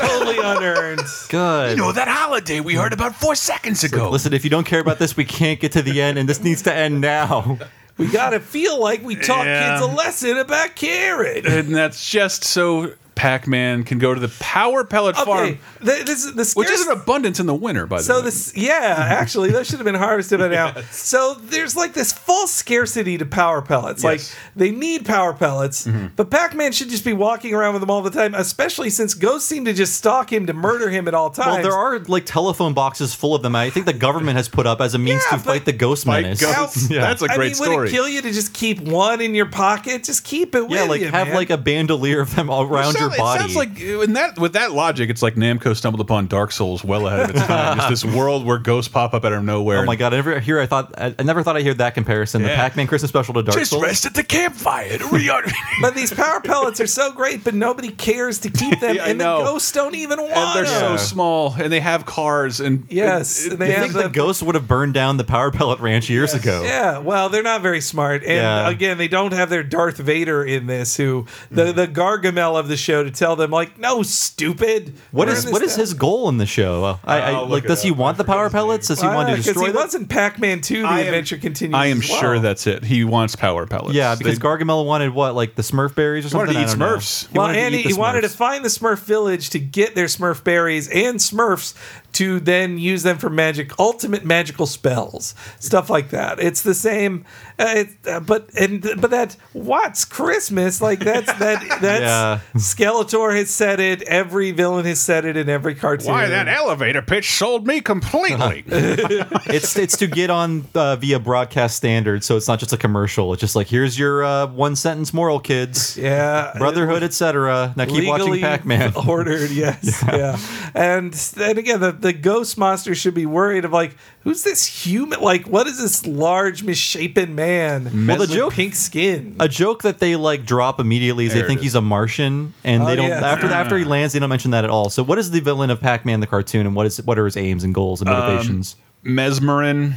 S4: totally unearned.
S2: Good.
S9: You know, that holiday we heard about four seconds ago.
S2: Listen, if you don't care about this, we can't get to the end, and this needs to end now.
S4: We gotta feel like we taught
S3: Yeah.
S4: kids a lesson about caring.
S3: and that's just so Pac-Man can go to the power pellet farm,
S4: Okay, th- this is the
S3: which
S4: scariest-
S3: is an abundance in the winter, by the
S4: So
S3: way.
S4: this, yeah, actually, those should have been harvested by now. So there's like this false scarcity to power pellets.
S3: Yes. Mm-hmm.
S4: Like they need power pellets, but Pac-Man should just be walking around with them all the time. Especially since ghosts seem to just stalk him to murder him at all times.
S2: Well, there are like telephone boxes full of them. I think the government has put up as a means
S4: Yeah,
S2: to
S4: but-
S2: fight the ghost
S3: My
S2: menace.
S3: ghosts.
S2: Yeah.
S3: That's a
S4: I
S3: great
S4: mean, would
S3: story.
S4: it kill you to just keep one in your pocket? Just keep it
S2: yeah,
S4: with
S2: like
S4: you,
S2: have
S4: man.
S2: like a bandolier of them all around
S3: Sound-
S2: your body.
S3: It sounds like uh, in that with that logic, it's like Namco stumbled upon Dark Souls well ahead of its time. Just this world where ghosts pop up out of nowhere.
S2: Oh my god! I never hear. I thought. I I never thought I'd hear that comparison. The
S3: Yeah.
S2: Pac-Man Christmas special to Dark
S9: Just
S2: Souls.
S9: rest at the campfire. to re-
S4: But these power pellets are so great, but nobody cares to keep them,
S3: Yeah, I
S4: and the
S3: know.
S4: ghosts don't even want
S3: And they're
S4: them.
S3: so small, and they have cars, and
S4: Yes,
S3: and-
S4: they
S2: I
S4: have
S2: think the
S4: the-
S2: ghost would have burned down the Power Pellet Ranch years ago.
S4: Yeah, well, they're not very smart, and
S2: Yeah.
S4: again, they don't have their Darth Vader in this, who the
S2: Hmm.
S4: the Gargamel of the show to tell them like, no, stupid.
S2: What is what is his goal in the show? Uh, I, I
S3: I'll look
S2: like.
S3: it
S2: Does he
S3: up.
S2: want the Power Pellets? Does he want to
S4: Because
S2: destroy
S4: Ah, he
S2: them?
S4: wasn't Pac-Man 2, the
S3: I am-
S4: adventure continues.
S3: I am
S4: as well.
S3: sure that's it. He wants power pellets.
S2: Yeah, because
S3: They-
S2: Gargamel wanted what, like the Smurf berries or
S3: He wanted
S2: something.
S3: to eat
S2: I don't know.
S3: Smurfs.
S2: He
S4: well,
S2: wanted to
S4: and
S2: eat
S4: he,
S2: the
S4: he wanted to
S2: Smurfs.
S4: find the Smurf village to get their Smurf berries and Smurfs to then use them for magic, ultimate magical spells, stuff like that. It's the same, uh, it, uh, but and but that what's Christmas like? That's that that's
S2: Yeah.
S4: Skeletor has said it. Every villain has said it in every cartoon.
S3: why that elevator pitch sold me completely.
S2: it's it's to get on uh, via broadcast standard, so it's not just a commercial. It's just like here's your uh, one sentence moral, kids.
S4: Yeah,
S2: Brotherhood, etc. Now keep watching
S4: legally
S2: Pac Man.
S4: ordered, yes, yeah. And then again, the, the ghost monster should be worried of like, who's this human? Like, what is this large misshapen man
S2: Well, the
S4: with
S2: joke-
S4: pink skin?
S2: a joke that they like drop immediately is
S3: There
S2: they
S3: it
S2: think
S3: is.
S2: he's a Martian, and
S4: Oh,
S2: they don't
S4: yes.
S2: after after he lands, they don't mention that at all. So, what is the villain of Pac-Man the cartoon, and what is what are his aims and goals and motivations?
S3: Mesmerin. Um,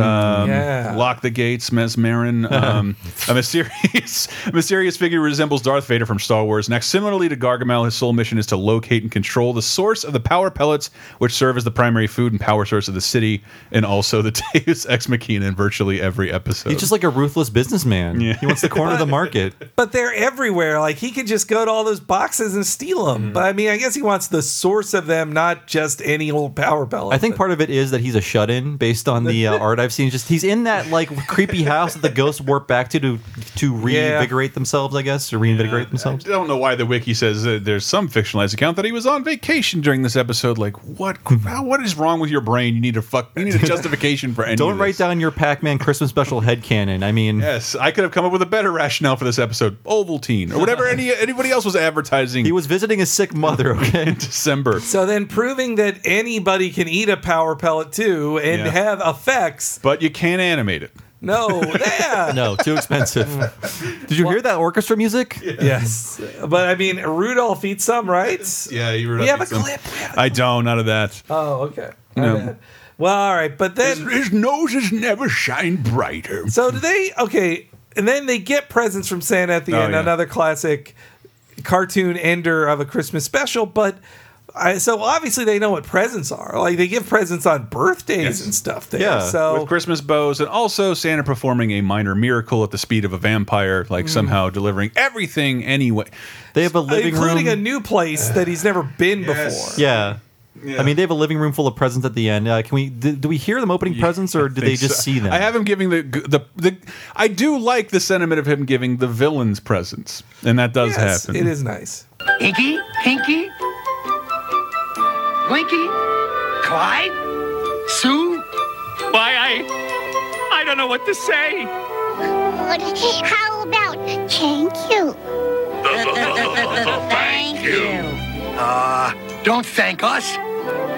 S2: Uh-huh.
S4: Yeah.
S3: Lock the gates, Mesmerin. Um, a mysterious, mysterious figure who resembles Darth Vader from Star Wars. Next, similarly to Gargamel, his sole mission is to locate and control the source of the power pellets, which serve as the primary food and power source of the city, and also the Deus Ex Machina in virtually every episode.
S2: he's just like a ruthless businessman. He wants to corner the market.
S4: But they're everywhere. Like he could just go to all those boxes and steal
S2: Mm-hmm.
S4: them. But I mean, I guess he wants the source of them, not just any old power pellet.
S2: I think part of it is that he's a shut-in based on the uh, art I've seen. Just he's in that like creepy house that the ghosts warp back to to to reinvigorate themselves, I guess, to reinvigorate
S3: I
S2: themselves.
S3: don't know why the wiki says uh, there's some fictionalized account that he was on vacation during this episode. Like, what?
S2: Hmm.
S3: How, what is wrong with your brain? You need a fuck. You need a justification for any.
S2: Don't
S3: of
S2: write
S3: this.
S2: down your Pac-Man Christmas special headcanon. I mean,
S3: Yes, I could have come up with a better rationale for this episode. Ovaltine or whatever any anybody else was advertising
S2: he was visiting his sick mother. Okay.
S3: in December.
S4: so then proving that anybody can eat a power pellet too and
S3: Yeah.
S4: have effects.
S3: But you can't animate it.
S4: No, yeah.
S2: No, too expensive. Did you hear that orchestra music?
S4: Yes. But I mean, Rudolph eats some, right?
S3: Yeah, you were.
S4: We have a clip. We have a-
S3: I don't. None of that.
S4: Oh, okay. My bad. Well, all right. But
S9: His,
S4: then,
S9: his noses never shine brighter.
S4: so do they? Okay. And then they get presents from Santa at the
S3: Oh,
S4: end.
S3: yeah.
S4: Another classic cartoon ender of a Christmas special. But I, so obviously they know what presents are. Like they give presents on birthdays
S3: Yes.
S4: and stuff. There.
S2: Yeah,
S4: So
S3: with Christmas bows, and also Santa performing a minor miracle at the speed of a vampire, like somehow delivering everything anyway.
S2: They have a living
S4: including
S2: room.
S4: a new place that he's never been before.
S2: yeah. I mean, they have a living room full of presents at the end. Uh, can we? Do, do we hear them opening presents, or do they just
S3: So-
S2: see them?
S3: I have him giving the, the the. I do like the sentiment of him giving the villains presents, and that does
S4: Yes,
S3: happen.
S4: it is nice.
S6: Inky, Pinky, Blinky, Clyde, Sue.
S7: Why, I. I don't know what to say.
S5: How about thank you?
S6: Thank you. Uh, don't thank us.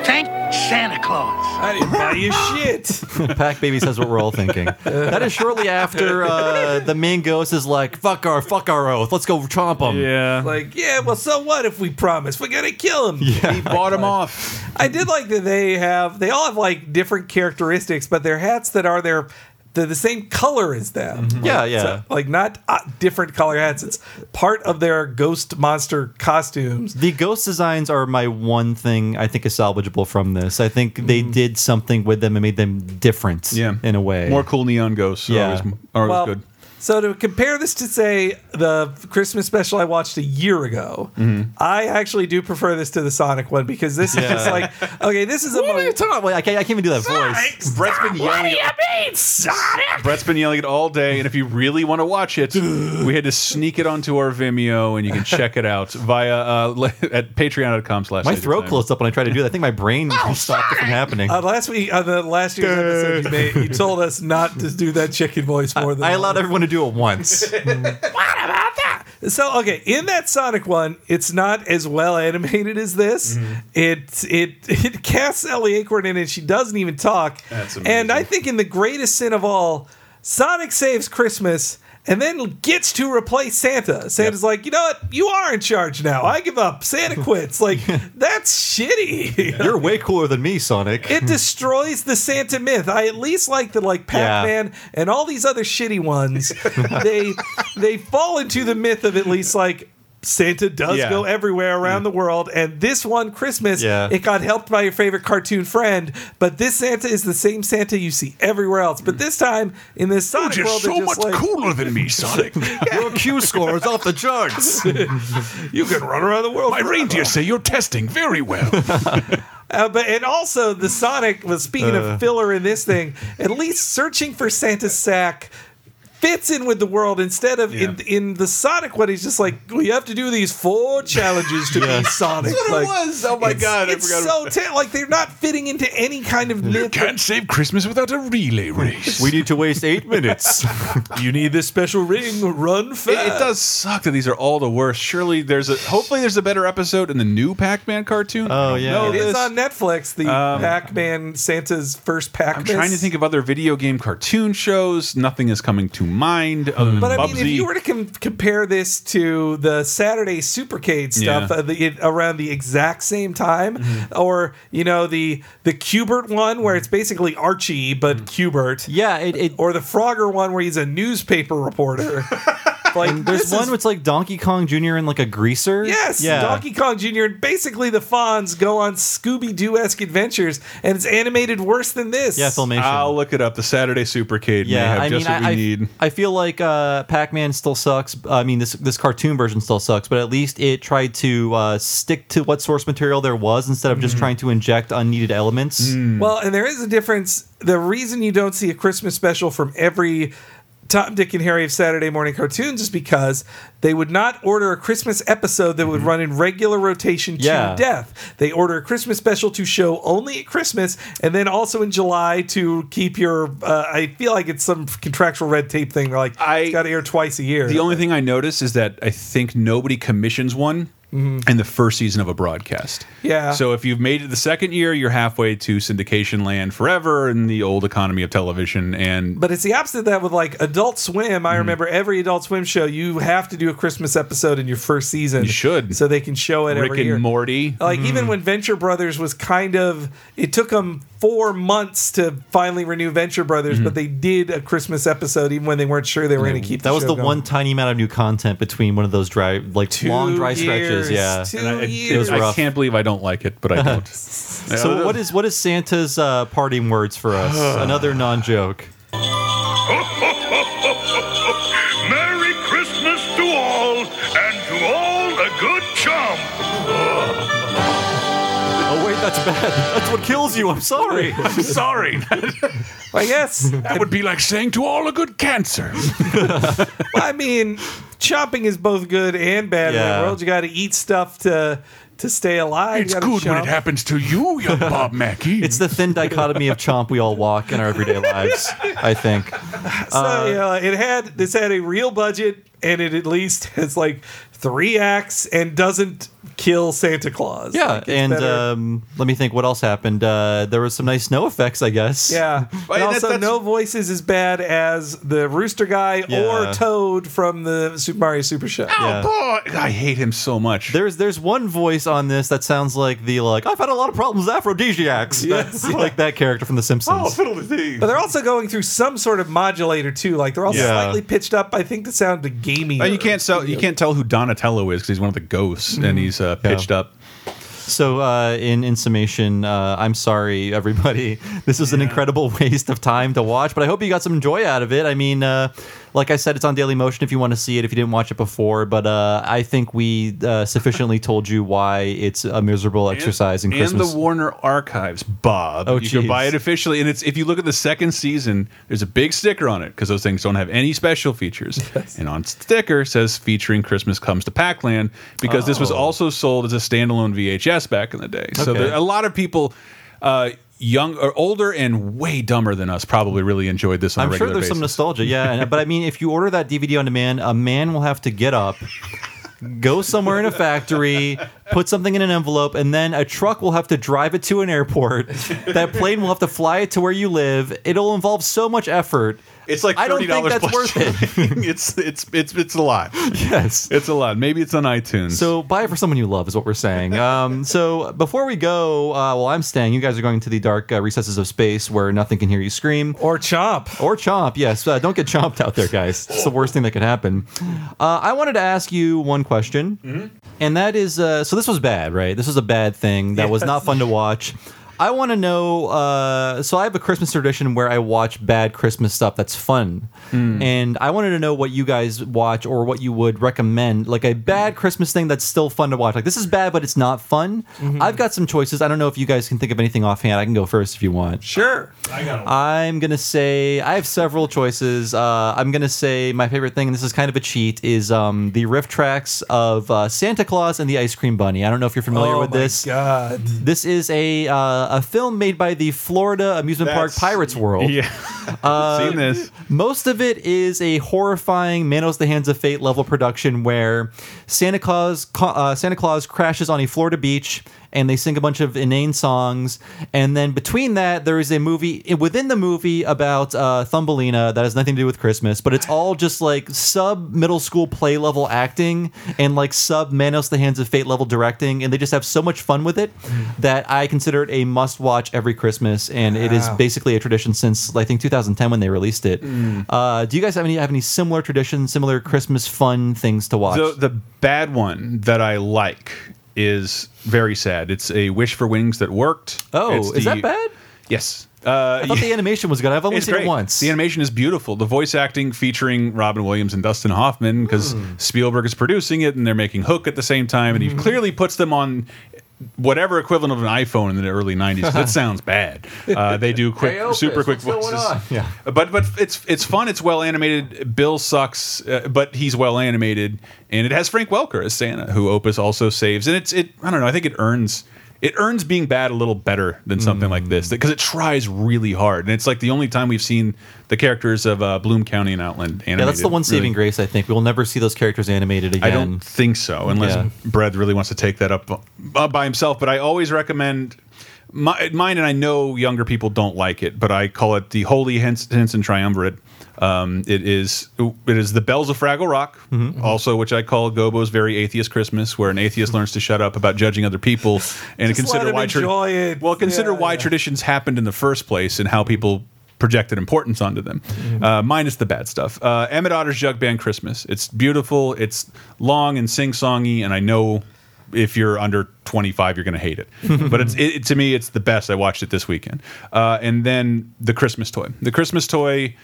S6: Thank Santa Claus.
S4: I didn't buy you shit.
S2: Pack Baby says what we're all thinking. that is shortly after uh, the main ghost is like, "Fuck our, fuck our oath. Let's go chomp them."
S3: yeah,
S4: Like, yeah, well, so what if we promise we're gonna kill him?
S3: he bought him off.
S4: I did like that they have they all have like different characteristics, but their hats that are their they're the same color as them.
S2: Yeah,
S4: Like,
S2: yeah.
S4: so- like not uh, different color hats. It's part of their ghost monster costumes.
S2: The ghost designs are my one thing I think is salvageable from this. I think they did something with them and made them different.
S3: Yeah,
S2: in a way.
S3: more cool neon ghosts. Are
S2: Yeah.
S3: always, are always
S4: Well,
S3: good.
S4: so to compare this to say the Christmas special I watched a year ago,
S2: Mm-hmm.
S4: I actually do prefer this to the Sonic one because this is just like okay, this is a
S2: What are you
S4: more
S2: talking about? Wait, I can't, I can't even do that voice.
S3: Brett's been yelling. Brett's been yelling it all day, and if you really want to watch it, we had to sneak it onto our Vimeo, and you can check it out via uh, at Patreon.com/slash.
S2: My throat closed up when I tried to do that. I think my brain stopped it from happening.
S4: Uh, last week on the last year's episode, you, made, you told us not to do that chicken voice more than
S2: I allowed everyone to do it once.
S4: So okay, in that Sonic one, it's not as well animated as this.
S3: Mm-hmm.
S4: It it it casts Ellie Acorn in, and she doesn't even talk.
S3: That's
S4: And
S3: amazing.
S4: I think in the greatest sin of all, Sonic saves Christmas. And then gets to replace Santa. Santa's like, you know what? You are in charge now. I give up. Santa quits. Like, that's shitty.
S2: You're way cooler than me, Sonic.
S9: Hmm.
S4: It destroys the Santa myth. I at least like that, like Pac-Man and all these other shitty ones. they they fall into the myth of at least like Santa does
S3: Yeah.
S4: go everywhere around the world. And this one Christmas,
S2: Yeah.
S4: it got helped by your favorite cartoon friend. But this Santa is the same Santa you see everywhere else. But this time in this
S9: You're
S4: Sonic
S9: Hmm. just
S4: world, they're
S9: so
S4: just
S9: much
S4: like
S9: cooler than me, Sonic.
S2: Your Q score is off the charts.
S4: you can run around the world.
S9: My
S4: forever."
S9: reindeer say you're testing very well.
S4: Uh, but and also the Sonic was speaking of filler in this thing. At least searching for Santa's sack fits in with the world instead of in, in the Sonic one. He's just like, well, you have to do these four challenges to be Sonic.
S10: That's what it
S4: Like,
S10: was. Oh my
S4: it's,
S10: god,
S4: it's
S10: I forgot.
S4: so ta- like they're not fitting into any kind of myth.
S9: Can't save Christmas without a relay race.
S10: we need to waste eight minutes.
S4: You need this special ring. Run fast.
S3: It, it does suck that these are all the worst. Surely there's a hopefully there's a better episode in the new Pac-Man cartoon.
S10: Oh, yeah.
S3: No,
S10: It
S4: It is
S3: this.
S4: on Netflix. The Pac-Man Santa's first Pac-Man.
S3: I'm trying to think of other video game cartoon shows. Nothing is coming to mind other than
S4: But I
S3: Mm-hmm. Bubsy.
S4: mean, if you were to com- compare this to the Saturday Supercade stuff
S3: Yeah.
S4: uh, the, it, around the exact same time, or you know the the Cubert one where it's basically Archie but Cubert,
S2: Yeah, it, it
S4: or the Frogger one where he's a newspaper reporter. like
S2: there's
S4: this
S2: one
S4: is-
S2: that's like Donkey Kong Jr. and like a greaser.
S4: Yes,
S2: yeah.
S4: Donkey Kong Jr. and basically the Fonz go on Scooby Doo esque adventures, and it's animated worse than this.
S2: yeah, filmation.
S3: I'll look it up. The Saturday Supercade Ah, may
S2: yeah,
S3: have
S2: I mean,
S3: just what
S2: I,
S3: we
S2: I,
S3: need.
S2: I feel like uh, Pac-Man still sucks. I mean, this this cartoon version still sucks, but at least it tried to uh, stick to what source material there was instead of
S3: Mm-hmm.
S2: just trying to inject unneeded elements.
S3: Mm, Hmm.
S4: Well, and there is a difference. The reason you don't see a Christmas special from every Tom, Dick, and Harry of Saturday morning cartoons is because they would not order a Christmas episode that would
S3: Mm-hmm.
S4: run in regular rotation
S2: Yeah.
S4: to death. They order a Christmas special to show only at Christmas and then also in July to keep your. Uh, I feel like it's some contractual red tape thing. They're like,
S3: I-
S4: it's got to air twice a year.
S3: The only thing I notice is that I think nobody commissions one in the first season of a broadcast.
S4: Mm-hmm. Yeah.
S3: So if you've made it the second year, you're halfway to syndication land forever in the old economy of television. And
S4: But it's the opposite of that with like Adult Swim. I
S3: Hmm.
S4: remember every Adult Swim show, you have to do a Christmas episode in your first season.
S3: You should.
S4: So they can show it
S3: Rick
S4: every
S3: and
S4: year.
S3: Morty.
S4: Like
S2: Hmm.
S4: even when Venture Brothers was kind of, it took them four months to finally renew Venture Brothers, but they did a Christmas episode even when they weren't sure they were going to keep.
S2: Hmm. That was
S4: show
S2: the
S4: going.
S2: one tiny amount of new content between one of those dry, like long dry
S4: years,
S2: stretches. Yeah.
S4: two
S3: And I,
S4: years.
S2: was
S3: I
S2: rough.
S3: can't believe I don't like it, but I don't.
S2: So what is what is Santa's uh, parting words for us? Another non-joke.
S8: Merry Christmas to all, and to all a good chump.
S2: Oh wait, that's bad. That's what kills you. I'm sorry.
S9: I'm sorry.
S4: I guess.
S9: That would be like saying to all a good cancer.
S4: I mean, chopping is both good and bad in
S2: Yeah.
S4: the world. You got to eat stuff to to stay alive. You
S9: It's
S4: gotta
S9: good when
S4: chomp.
S9: it happens to you, young Bob Mackey.
S2: It's the thin dichotomy of chomp we all walk in our everyday lives. I think.
S4: So yeah, it had this had a real budget, and it at least has like three acts and doesn't kill Santa Claus.
S2: Yeah,
S4: Like, it's
S2: and
S4: better-
S2: um, let me think. What else happened? Uh, there was some nice snow effects, I guess.
S4: yeah,
S3: Well, that-
S4: and also
S3: that's-
S4: no voice is as bad as the Rooster Guy
S2: Yeah.
S4: or Toad from the Super Mario Super Show.
S2: Yeah.
S3: Oh, boy, I hate him so much.
S2: There's there's one voice on this that sounds like the like I've had a lot of problems with aphrodisiacs.
S4: Yes.
S2: That's like that character from The Simpsons.
S4: Oh, But they're also going through some sort of modulator too. Like they're all
S2: Yeah. Oh,
S4: slightly pitched up. I think to sound the gamey.
S3: Uh, you can't tell you can't tell who Donatello is because he's one of the ghosts
S2: Mm-hmm.
S3: and he's uh, pitched up.
S2: So, uh, in in summation, uh, I'm sorry, everybody. This is an incredible waste of time to watch, but I hope you got some joy out of it. I mean, uh, like I said, it's on Daily Motion if you want to see it if you didn't watch it before. But uh, I think we uh, sufficiently told you why it's a miserable exercise in
S3: and
S2: Christmas.
S3: the Warner Archives, Bob.
S2: Oh,
S3: you can
S2: geez.
S3: buy it officially, and it's if you look at the second season, there's a big sticker on it because those things don't have any special features. And on sticker says featuring Christmas comes to Packland because this was also sold as a standalone VHS back in the day. So
S2: Oh. Okay.
S3: there, a lot of people. Uh, Young or older and way dumber than us probably really enjoyed this on
S2: I'm
S3: a
S2: sure
S3: regular
S2: there's some
S3: basis.
S2: nostalgia, yeah. and- but I mean, if you order that DVD on demand, a man will have to get up, go somewhere in a factory, put something in an envelope, and then a truck will have to drive it to an airport. That plane will have to fly it to where you live. It'll involve so much effort.
S3: It's like
S2: I don't
S3: thirty
S2: think
S3: dollars
S2: that's worth it.
S3: it's it's it's it's a lot.
S2: Yes.
S3: It's a lot. Maybe it's on iTunes.
S2: So buy it for someone you love is what we're saying. Um, so before we go, uh, well, I'm staying. You guys are going to the dark uh, recesses of space where nothing can hear you scream.
S4: or chomp.
S2: or chomp. Yes, uh, don't get chomped out there, guys. It's the worst thing that could happen. Uh, I wanted to ask you one question, and that is, uh, so this was bad, right? This was a bad thing that was not fun to watch. I want to know. Uh, so I have a Christmas tradition where I watch bad Christmas stuff that's fun, and I wanted to know what you guys watch or what you would recommend, like a bad Christmas thing that's still fun to watch. Like this is bad, but it's not fun. I've got some choices. I don't know if you guys can think of anything offhand. I can go first if you want.
S4: Sure.
S2: I'm gonna say I have several choices. Uh, I'm gonna say my favorite thing, and this is kind of a cheat, is um, the riff tracks of uh, Santa Claus and the Ice Cream Bunny. I don't know if you're familiar
S4: oh
S2: with
S4: my
S2: this.
S4: God.
S2: This is a uh, a film made by the Florida amusement
S3: That's-
S2: park Pirates World.
S3: Yeah,
S2: uh,
S3: seen this.
S2: Most of it is a horrifying Manos the Hands of Fate level production where Santa Claus ca- uh, Santa Claus crashes on a Florida beach and they sing a bunch of inane songs and then between that there is a movie within the movie about uh, Thumbelina that has nothing to do with Christmas but it's all just like sub middle school play level acting and like sub Manos the Hands of Fate level directing and they just have so much fun with it
S10: Mm.
S2: that I consider it a must watch every Christmas and it is
S4: Wow.
S2: basically a tradition since I think 2010 when they released it.
S10: Mm.
S2: Uh, do you guys have any have any similar traditions, similar Christmas fun things to watch?
S3: The, the bad one that I like is very sad. It's a wish for wings that worked. It's
S2: oh, is
S3: the-
S2: that bad?
S3: Yes. Uh,
S2: I thought the animation was good. I've only
S3: it's
S2: seen
S3: great.
S2: it once.
S3: The animation is beautiful. The voice acting featuring Robin Williams and Dustin Hoffman because Spielberg is producing it and they're making Hook at the same time, and he clearly puts them on whatever equivalent of an iPhone in the early '90s. that sounds bad. Uh, they do quick,
S10: Hey, Elvis,
S3: super quick
S10: what's
S3: voices.
S10: going on?
S2: Yeah.
S3: Uh, but but it's it's fun. It's well animated. Bill sucks, uh, but he's well animated, and it has Frank Welker as Santa, who Opus also saves. And it's it. I don't know. I think it earns. It earns being bad a little better than something like this
S2: Mm.
S3: because it tries really hard, and it's like the only time we've seen the characters of uh, Bloom County and Outland animated.
S2: yeah, that's the one saving
S3: really.
S2: grace. I think we will never see those characters animated again.
S3: I don't think so, unless
S2: Yeah.
S3: Brad really wants to take that up uh, by himself. But I always recommend my, mine, and I know younger people don't like it, but I call it the Holy Hens- Henson Triumvirate. Um, it is it is the bells of Fraggle Rock,
S4: Mm-hmm.
S3: also which I call Gobo's very atheist Christmas, where an atheist learns to shut up about judging other people and
S4: Just
S3: consider
S4: let him
S3: why tra-
S4: enjoy it.
S3: well consider
S4: Yeah,
S3: why
S4: yeah.
S3: traditions happened in the first place and how people projected importance onto them,
S2: Mm-hmm.
S3: uh, minus the bad stuff. Uh, Emmett Otter's Jug Band Christmas. It's beautiful, it's long and sing songy, and I know if you're under 25, you're going to hate it. but it's, it, to me, it's the best. I watched it this weekend. Uh, and then The Christmas Toy. The Christmas Toy.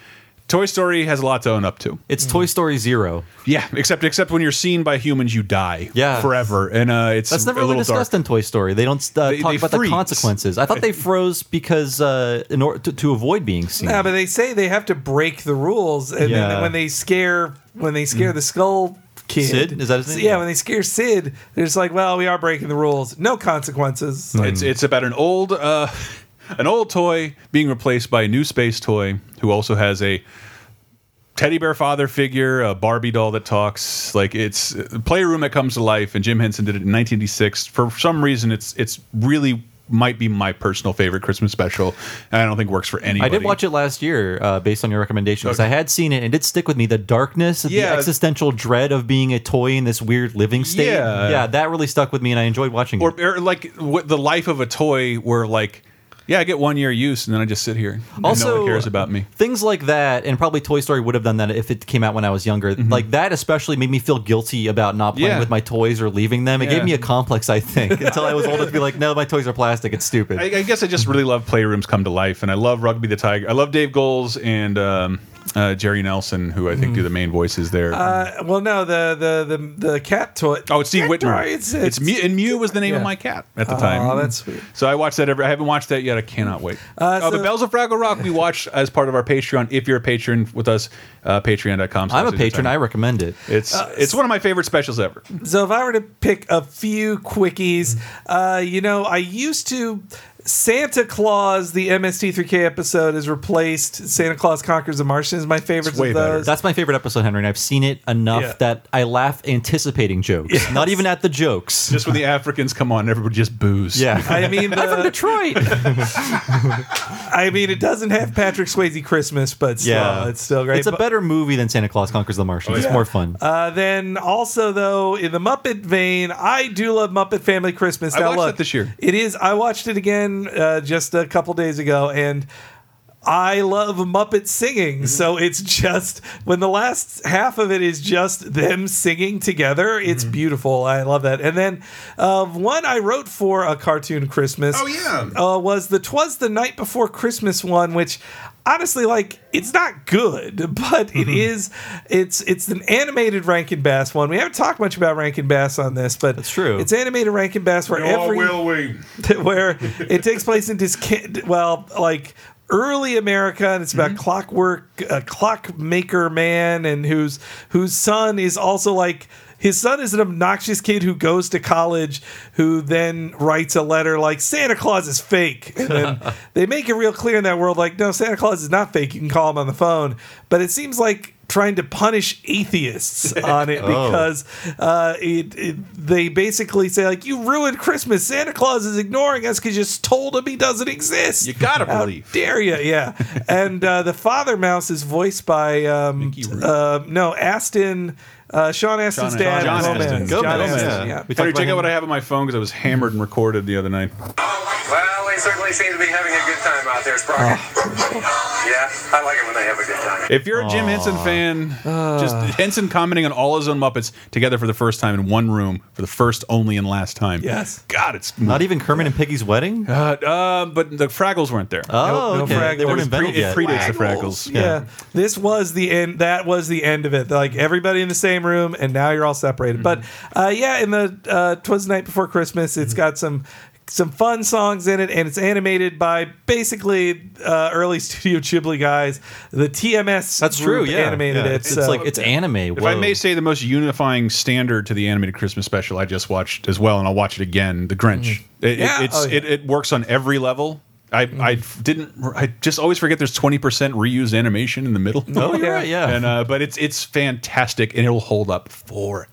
S3: Toy Story has a lot to own up to.
S2: It's
S10: Mm.
S2: Toy Story Zero.
S3: Yeah, except except when you're seen by humans, you die.
S2: Yeah.
S3: forever, and uh, it's
S2: That's never
S3: a
S2: really
S3: little dark.
S2: discussed in Toy Story. They don't uh,
S3: They-
S2: talk
S3: they
S2: about
S3: freeze.
S2: the consequences. I thought they froze because uh, in order to, to avoid being seen.
S4: Yeah, but they say they have to break the rules, and
S2: Yeah. Mm.
S4: then when they scare when they scare the skull kid,
S2: Sid? Is that his name?
S4: Yeah, when they scare Sid, they're just like, well, we are breaking the rules, no consequences.
S3: It's it's about an old uh, an old toy being replaced by a new space toy who also has a teddy bear father figure, a Barbie doll that talks. Like it's a playroom that comes to life, and Jim Henson did it in 1986. For some reason, it's it's really might be my personal favorite Christmas special, and I don't think works for anybody.
S2: I did watch it last year uh, based on your recommendation because I had seen it and it did stick with me. The darkness,
S3: Yeah.
S2: the existential dread of being a toy in this weird living state.
S3: Yeah.
S2: that really stuck with me and I enjoyed watching
S3: or,
S2: it.
S3: or like what the life of a toy, where like. Yeah, I get one year use, and then I just sit here. and no
S2: Also-
S3: one cares about me.
S2: Things like that, and probably Toy Story would have done that if it came out when I was younger. Like that, especially made me feel guilty about not playing
S3: Mm-hmm. Yeah.
S2: with my toys or leaving them. It
S3: Yeah.
S2: gave me a complex, I think, until I was old enough to be like, no, my toys are plastic. It's stupid.
S3: I, I guess I just really love playrooms come to life, and I love Rugby the Tiger. I love Dave Goles and um, uh, Jerry Nelson, who I think do the main voices there.
S4: Uh, well, no, the the the, the cat toy.
S3: oh, it's Steve
S4: cat
S3: Whitmer.
S4: toy,
S3: It's, Mew, and Mew was the name of
S4: yeah.
S3: my cat at the time.
S4: Oh, that's sweet.
S3: So I watched that every. I haven't watched that yet. I cannot wait. Uh,
S4: so-
S3: the Bells of Fraggle Rock we watched as part of our Patreon. If you're a patron with us, uh, patreon.com.
S2: I'm a patron. I recommend it.
S3: It's
S4: Uh,
S3: it's one of my favorite specials ever.
S4: So if I were to pick a few quickies, uh, you know, I used to. Santa Claus, the MST3K episode, is replaced. Santa Claus Conquers the Martians is my favorite of
S3: way better.
S4: those.
S2: That's my favorite episode, Henry, and I've seen it enough
S4: Yeah.
S2: that I laugh anticipating jokes, not even at the jokes.
S3: Just when the Africans come on, everybody just boos.
S2: yeah.
S4: I mean, the,
S2: Detroit.
S4: I mean, it doesn't have Patrick Swayze Christmas, but still,
S2: Yeah,
S4: it's still great.
S2: It's a
S4: But-
S2: better movie than Santa Claus Conquers the Martians. It's more fun.
S4: Uh, then also though in the Muppet vein, I do love Muppet Family Christmas.
S3: I
S4: Now,
S3: watched
S4: look,
S3: it this year.
S4: It is. I watched it again uh, just a couple days ago, and I love Muppet singing. So it's just when the last half of it is just them singing together, it's beautiful. I love that. And then uh, one I wrote for a cartoon Christmas.
S10: Oh, yeah.
S4: uh, was the "Twas the Night Before Christmas" one, which honestly, like, it's not good, but it is. It's it's an animated Rankin Bass one. We haven't talked much about Rankin Bass on this, but
S2: That's true.
S4: It's animated Rankin Bass where every
S9: we?
S4: where it takes place in this kid, well, like early America, and it's about clockwork, a clockmaker man, and whose whose son is also like. His son is an obnoxious kid who goes to college, who then writes a letter like Santa Claus is fake, and then they make it real clear in that world like no Santa Claus is not fake. You can call him on the phone, but it seems like trying to punish atheists on
S10: Oh.
S4: it because uh, it, it, they basically say like you ruined Christmas. Santa Claus is ignoring us because you just told him he doesn't exist.
S10: You gotta
S4: How
S10: believe.
S4: dare you? Yeah. and uh, the father mouse is voiced by um, uh, no Aston. Uh, Sean Astin's
S3: Sean
S4: dad,
S3: Astin.
S4: Gomez.
S3: John
S4: John
S10: Astin,
S4: Astin,
S10: yeah.
S4: yeah.
S3: Funny, check out what I have on my phone because I was hammered and recorded the other night.
S11: Well, they certainly seem to be having a good time out there, Sprocket. yeah, I like it when they have a good time.
S3: If you're a Jim Henson fan, just Henson commenting on all his own Muppets together for the first time in one room for the first, only, and last time.
S4: Yes.
S3: God, it's
S2: Not even Kermit and Piggy's wedding.
S3: Uh, uh, but the Fraggles weren't there.
S2: Oh,
S4: no
S2: okay.
S4: frag-
S2: they
S4: there
S2: weren't
S4: was
S2: invented
S3: Pre-
S2: yet.
S3: it predates the Fraggles.
S4: Yeah. This was the end. That was the end of it. Like everybody in the same room, and now you're all separated.
S2: Mm-hmm.
S4: But uh, yeah, in the uh, Twas the Night Before Christmas, it's got some some fun songs in it, and it's animated by basically uh, early Studio Ghibli guys. The TMS
S2: That's
S4: group
S2: true. Yeah,
S4: animated uh,
S2: Yeah.
S4: it.
S2: It's,
S4: so-
S2: like it's anime.
S3: If I may say the most unifying standard to the animated Christmas special I just watched as well, and I'll watch it again, The Grinch.
S2: Mm-hmm.
S3: It, it-
S4: Yeah.
S3: it's,
S4: Oh, yeah.
S3: it, it works on every level. I, I didn't I just always forget there's 20% reused animation in the middle.
S2: Oh, you're right, yeah.
S3: And uh, but it's it's fantastic and it'll hold up forever.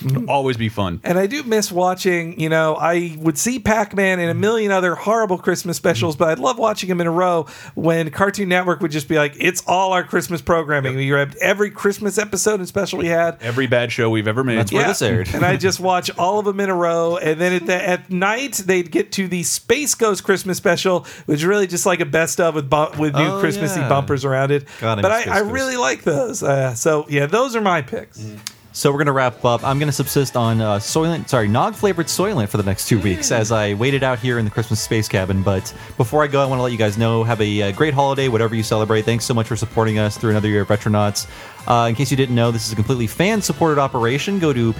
S2: Mm-hmm.
S3: It'll always be fun.
S4: And I do miss watching, you know, I would see Pac Man and a million other horrible Christmas specials, but I'd love watching them in a row when Cartoon Network would just be like, it's all our Christmas programming. We grabbed every Christmas episode and special we had.
S3: Every bad show we've ever made.
S2: That's where this aired.
S4: and I just watch all of them in a row. And then at, the, at night, they'd get to the Space Ghost Christmas special, which is really just like a best of with bu- with new
S2: Oh,
S4: Christmassy
S2: yeah.
S4: bumpers around it.
S2: God, I
S4: but
S2: miss
S4: I, I
S2: Space
S4: really like those. Uh, so, yeah, those are my picks.
S2: Mm. So we're gonna wrap up. I'm gonna subsist on uh, Soylent, sorry, nog flavored Soylent for the next two weeks as I waited out here in the Christmas space cabin. But before I go, I want to let you guys know have a uh, great holiday, whatever you celebrate. Thanks so much for supporting us through another year of Retronauts. Uh, in case you didn't know, this is a completely fan supported operation. Go to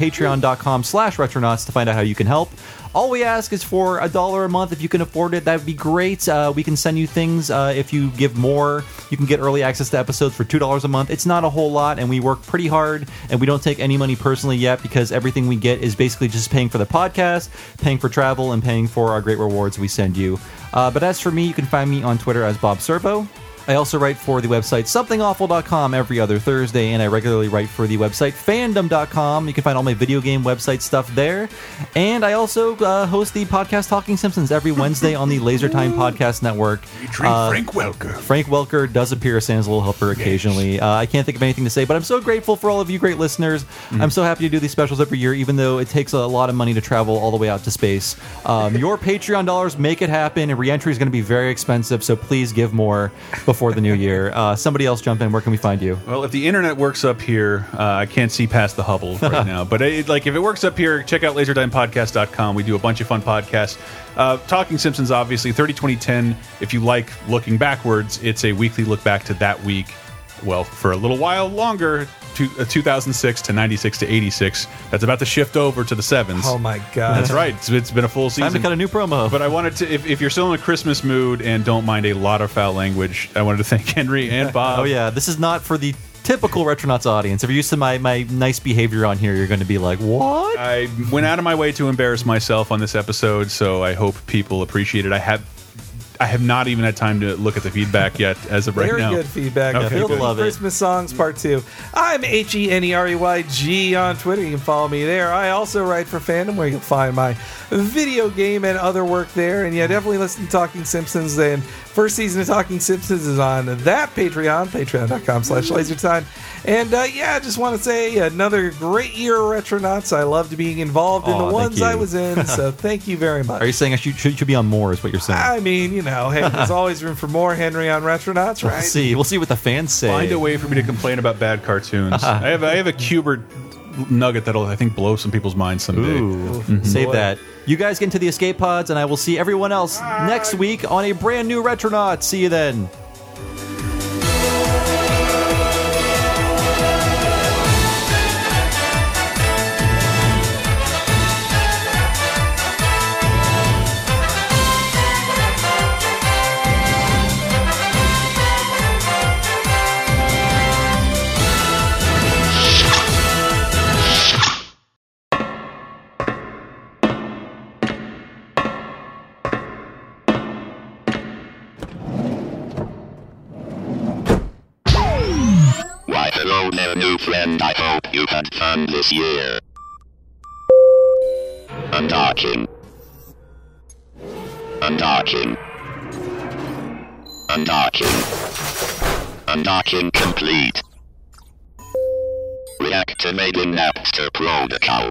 S2: Patreon.com/slash Retronauts to find out how you can help. All we ask is for a dollar a month. If you can afford it, that would be great. Uh, we can send you things. Uh, if you give more, you can get early access to episodes for $2 a month. It's not a whole lot, and we work pretty hard, and we don't take any money personally yet because everything we get is basically just paying for the podcast, paying for travel, and paying for our great rewards we send you. Uh, but as for me, you can find me on Twitter as Bob Serpo. I also write for the website somethingawful.com every other Thursday, and I regularly write for the website fandom.com. You can find all my video game website stuff there. And I also uh, host the podcast Talking Simpsons every Wednesday on the Laser Time Podcast Network. Uh,
S9: Featuring Frank Welker.
S2: Frank Welker does appear as Santa's little helper occasionally. Uh, I can't think of anything to say, but I'm so grateful for all of you great listeners.
S3: Mm-hmm.
S2: I'm so happy to do these specials every year, even though it takes a lot of money to travel all the way out to space. Um, your Patreon dollars make it happen, and reentry is going to be very expensive, so please give more before the new year. Uh, somebody else jump in. Where can we find you?
S3: Well, if the internet works up here, uh, I can't see past the Hubble right now. But it, like, if it works up here, check out LaserDimePodcast.com. We do a bunch of fun podcasts. Uh, Talking Simpsons, obviously, 30, 20, 10. If you like looking backwards, it's a weekly look back to that week. Well, for a little while longer, to, uh, 2006 to 96 to 86. That's about to shift over to the sevens.
S4: Oh, my God.
S3: That's right. It's, it's been a full season.
S2: Time to cut a new promo.
S3: But I wanted to, if, if you're still in a Christmas mood and don't mind a lot of foul language, I wanted to thank Henry and Bob.
S2: oh, yeah, this is not for the typical Retronauts audience. If you're used to my, my nice behavior on here, you're going to be like, what?
S3: I went out of my way to embarrass myself on this episode, so I hope people appreciate it. I have I have not even had time to look at the feedback yet as of right
S4: Very
S3: now.
S4: good feedback.
S3: Okay,
S4: Feel
S3: good.
S4: Free
S2: Love it.
S4: Christmas songs part two. I'm H E N E R E Y G on Twitter. You can follow me there. I also write for Fandom, where you'll find my video game and other work there. And yeah, definitely listen to Talking Simpsons. And first season of Talking Simpsons is on that Patreon, Patreon.com/slash LaserTime. And uh, yeah, I just want to say another great year of Retronauts. I loved being involved in
S2: Aw,
S4: the
S2: thank
S4: ones I
S2: you.
S4: was in. so thank you very much.
S2: Are you saying I should, should, should be on more, is what you're saying?
S4: I mean, you know, now. Hey, there's always room for more Henry on Retronauts, right?
S2: We'll see. We'll see what the fans say.
S3: Find a way for me to complain about bad cartoons. I have I have a Cubert nugget that'll I think blow some people's minds someday. Mhm.
S2: Save that. You guys get into the escape pods, and I will see everyone else next week on a brand new Retronaut. See you then.
S1: Why hello there new friend, I hope you had fun this year. Undocking. Undocking. Undocking. Undocking complete. Reactivating Napster protocol.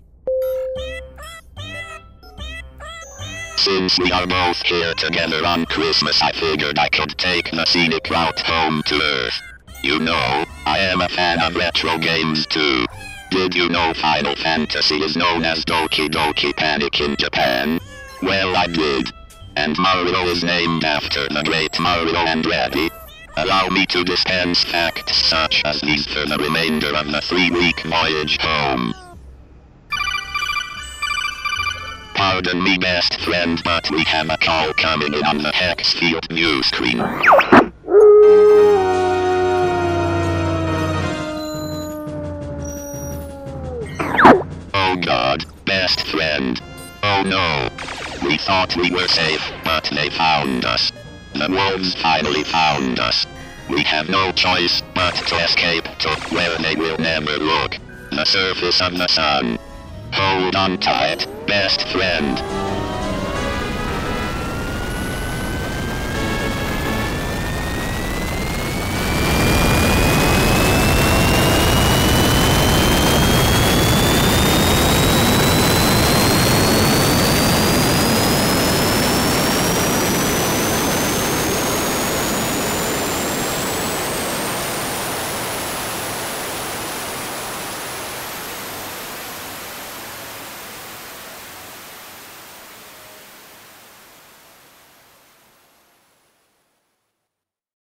S1: Since we are both here together on Christmas, I figured I could take the scenic route home to Earth. You know, I am a fan of retro games too. Did you know Final Fantasy is known as Doki Doki Panic in Japan? Well, I did. And Mario is named after the great Mario Andretti. Allow me to dispense facts such as these for the remainder of the three-week voyage home. Pardon me, best friend, but we have a call coming in on the Hexfield view screen. Oh god, best friend. Oh no. We thought we were safe, but they found us. The wolves finally found us. We have no choice but to escape to where they will never look. The surface of the sun. Hold on tight, best friend.